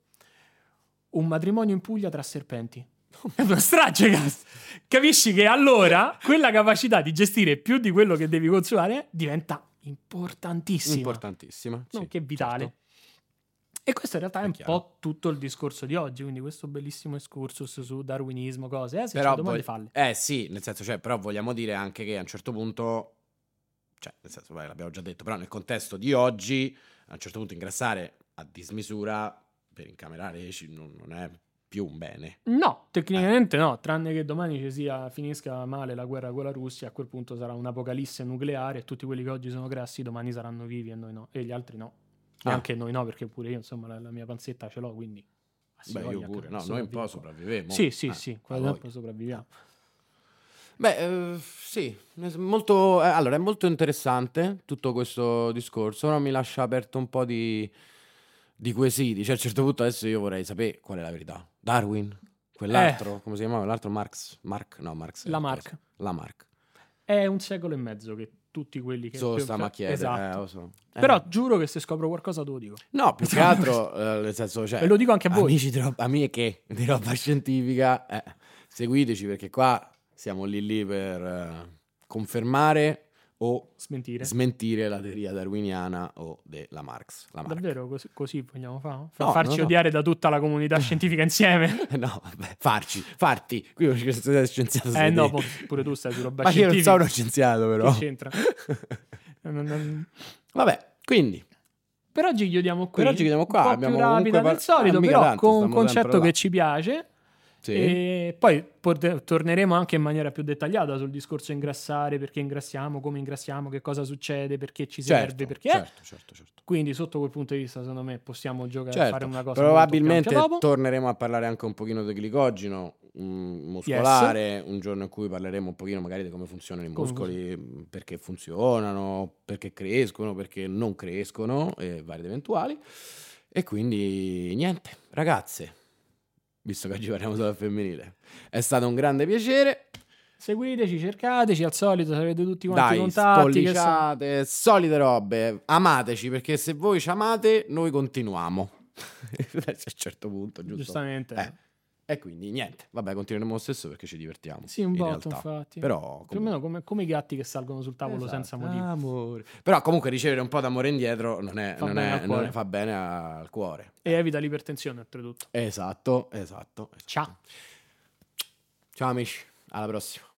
[SPEAKER 2] un matrimonio in Puglia tra serpenti. È una strage, cazzo. Capisci che allora quella capacità di gestire più di quello che devi consumare diventa importantissima.
[SPEAKER 1] Importantissima. sì,
[SPEAKER 2] nonché vitale.
[SPEAKER 1] certo.
[SPEAKER 2] E questo in realtà è,
[SPEAKER 1] È
[SPEAKER 2] un
[SPEAKER 1] chiaro.
[SPEAKER 2] po' tutto il discorso di oggi, quindi questo bellissimo excursus su darwinismo, cose, eh, se
[SPEAKER 1] Però
[SPEAKER 2] c'è domande
[SPEAKER 1] vog-
[SPEAKER 2] falle.
[SPEAKER 1] Eh sì, nel senso, cioè, però vogliamo dire anche che a un certo punto, cioè, nel senso, beh, l'abbiamo già detto, però nel contesto di oggi, a un certo punto ingrassare a dismisura per incamerare ci- non, non è più un bene.
[SPEAKER 2] No, tecnicamente no, tranne che domani ci sia, finisca male la guerra con la Russia, a quel punto sarà un'apocalisse nucleare e tutti quelli che oggi sono grassi domani saranno vivi e noi no, e gli altri no.
[SPEAKER 1] Ah.
[SPEAKER 2] Anche noi no, perché pure io insomma la, la mia panzetta ce l'ho, quindi... ah, sì,
[SPEAKER 1] Beh, io
[SPEAKER 2] voglia,
[SPEAKER 1] pure,
[SPEAKER 2] cazzo,
[SPEAKER 1] no, noi un po'
[SPEAKER 2] sopravvivo.
[SPEAKER 1] sopravviviamo.
[SPEAKER 2] Sì, sì,
[SPEAKER 1] Eh,
[SPEAKER 2] sì,
[SPEAKER 1] a
[SPEAKER 2] qua
[SPEAKER 1] voglia.
[SPEAKER 2] tempo sopravviviamo.
[SPEAKER 1] Beh, eh, sì, es- molto, eh, allora è molto interessante tutto questo discorso, però mi lascia aperto un po' di, di quesiti, cioè a un certo punto adesso io vorrei sapere qual è la verità. Darwin, quell'altro, come si chiamava? L'altro Marx, Mark, no Marx.
[SPEAKER 2] Eh. La Mark.
[SPEAKER 1] La Mark.
[SPEAKER 2] È un secolo e mezzo che tutti quelli che...
[SPEAKER 1] So sta macchietta,
[SPEAKER 2] Esatto.
[SPEAKER 1] eh, lo so. Eh,
[SPEAKER 2] Però giuro che se scopro qualcosa te lo dico.
[SPEAKER 1] No, più che altro, eh, nel senso, cioè,
[SPEAKER 2] e lo dico anche a voi.
[SPEAKER 1] amici di roba, amiche di roba scientifica, eh, seguiteci perché qua siamo lì lì per eh, confermare o
[SPEAKER 2] Smentire.
[SPEAKER 1] smentire la teoria darwiniana o della Marx. La Marx.
[SPEAKER 2] Davvero cos- così, vogliamo fare?
[SPEAKER 1] No,
[SPEAKER 2] farci
[SPEAKER 1] no, no.
[SPEAKER 2] odiare da tutta la comunità scientifica insieme?
[SPEAKER 1] No, vabbè, farci, farti. Qui non ci sei scienziato.
[SPEAKER 2] eh
[SPEAKER 1] sei
[SPEAKER 2] no,
[SPEAKER 1] te.
[SPEAKER 2] po- pure tu stai su roba
[SPEAKER 1] Ma io non
[SPEAKER 2] scientifica.
[SPEAKER 1] sono uno scienziato però.
[SPEAKER 2] Che c'entra? Non- non-
[SPEAKER 1] Vabbè, quindi
[SPEAKER 2] Per oggi chiudiamo qui.
[SPEAKER 1] Per oggi chiudiamo qua,
[SPEAKER 2] Un po'
[SPEAKER 1] abbiamo
[SPEAKER 2] più
[SPEAKER 1] comunque
[SPEAKER 2] rapida
[SPEAKER 1] par-
[SPEAKER 2] del solito,
[SPEAKER 1] Ah, mica
[SPEAKER 2] però
[SPEAKER 1] tanto,
[SPEAKER 2] con un
[SPEAKER 1] stiamo
[SPEAKER 2] concetto
[SPEAKER 1] sempre là.
[SPEAKER 2] che ci piace.
[SPEAKER 1] sì.
[SPEAKER 2] E poi por- torneremo anche in maniera più dettagliata sul discorso ingrassare, perché ingrassiamo, come ingrassiamo, che cosa succede, perché ci
[SPEAKER 1] certo,
[SPEAKER 2] serve, perché...
[SPEAKER 1] certo, certo, certo.
[SPEAKER 2] Quindi sotto quel punto di vista, secondo me, possiamo giocare a
[SPEAKER 1] Certo,
[SPEAKER 2] fare una cosa molto più ampia
[SPEAKER 1] probabilmente
[SPEAKER 2] dopo.
[SPEAKER 1] torneremo a parlare anche un pochino del glicogeno mm, muscolare, un giorno in cui parleremo un pochino magari di come funzionano i
[SPEAKER 2] Come
[SPEAKER 1] muscoli, mm, perché funzionano, perché crescono, perché non crescono e vari ed eventuali. E quindi niente, ragazze, visto che oggi parliamo solo al femminile, è stato un grande piacere.
[SPEAKER 2] Seguiteci, cercateci, al solito sarete tutti quanti
[SPEAKER 1] Dai,
[SPEAKER 2] contatti. che so-
[SPEAKER 1] spolliciate, solide robe, amateci perché se voi ci amate noi continuiamo. a un certo punto, giusto?
[SPEAKER 2] Giustamente.
[SPEAKER 1] Eh, e quindi niente, vabbè, continueremo lo stesso perché ci divertiamo.
[SPEAKER 2] Sì, un
[SPEAKER 1] in
[SPEAKER 2] botto,
[SPEAKER 1] realtà.
[SPEAKER 2] infatti.
[SPEAKER 1] Però
[SPEAKER 2] Più o meno come, come i gatti che salgono sul tavolo senza
[SPEAKER 1] Esatto,
[SPEAKER 2] motivo.
[SPEAKER 1] amore. Però comunque ricevere un po' d'amore indietro non è,
[SPEAKER 2] Fa
[SPEAKER 1] non
[SPEAKER 2] bene
[SPEAKER 1] è-
[SPEAKER 2] al
[SPEAKER 1] non
[SPEAKER 2] cuore.
[SPEAKER 1] fa bene al cuore.
[SPEAKER 2] E evita l'ipertensione, oltretutto.
[SPEAKER 1] Esatto, esatto.
[SPEAKER 2] Ciao.
[SPEAKER 1] Ciao amici, alla prossima.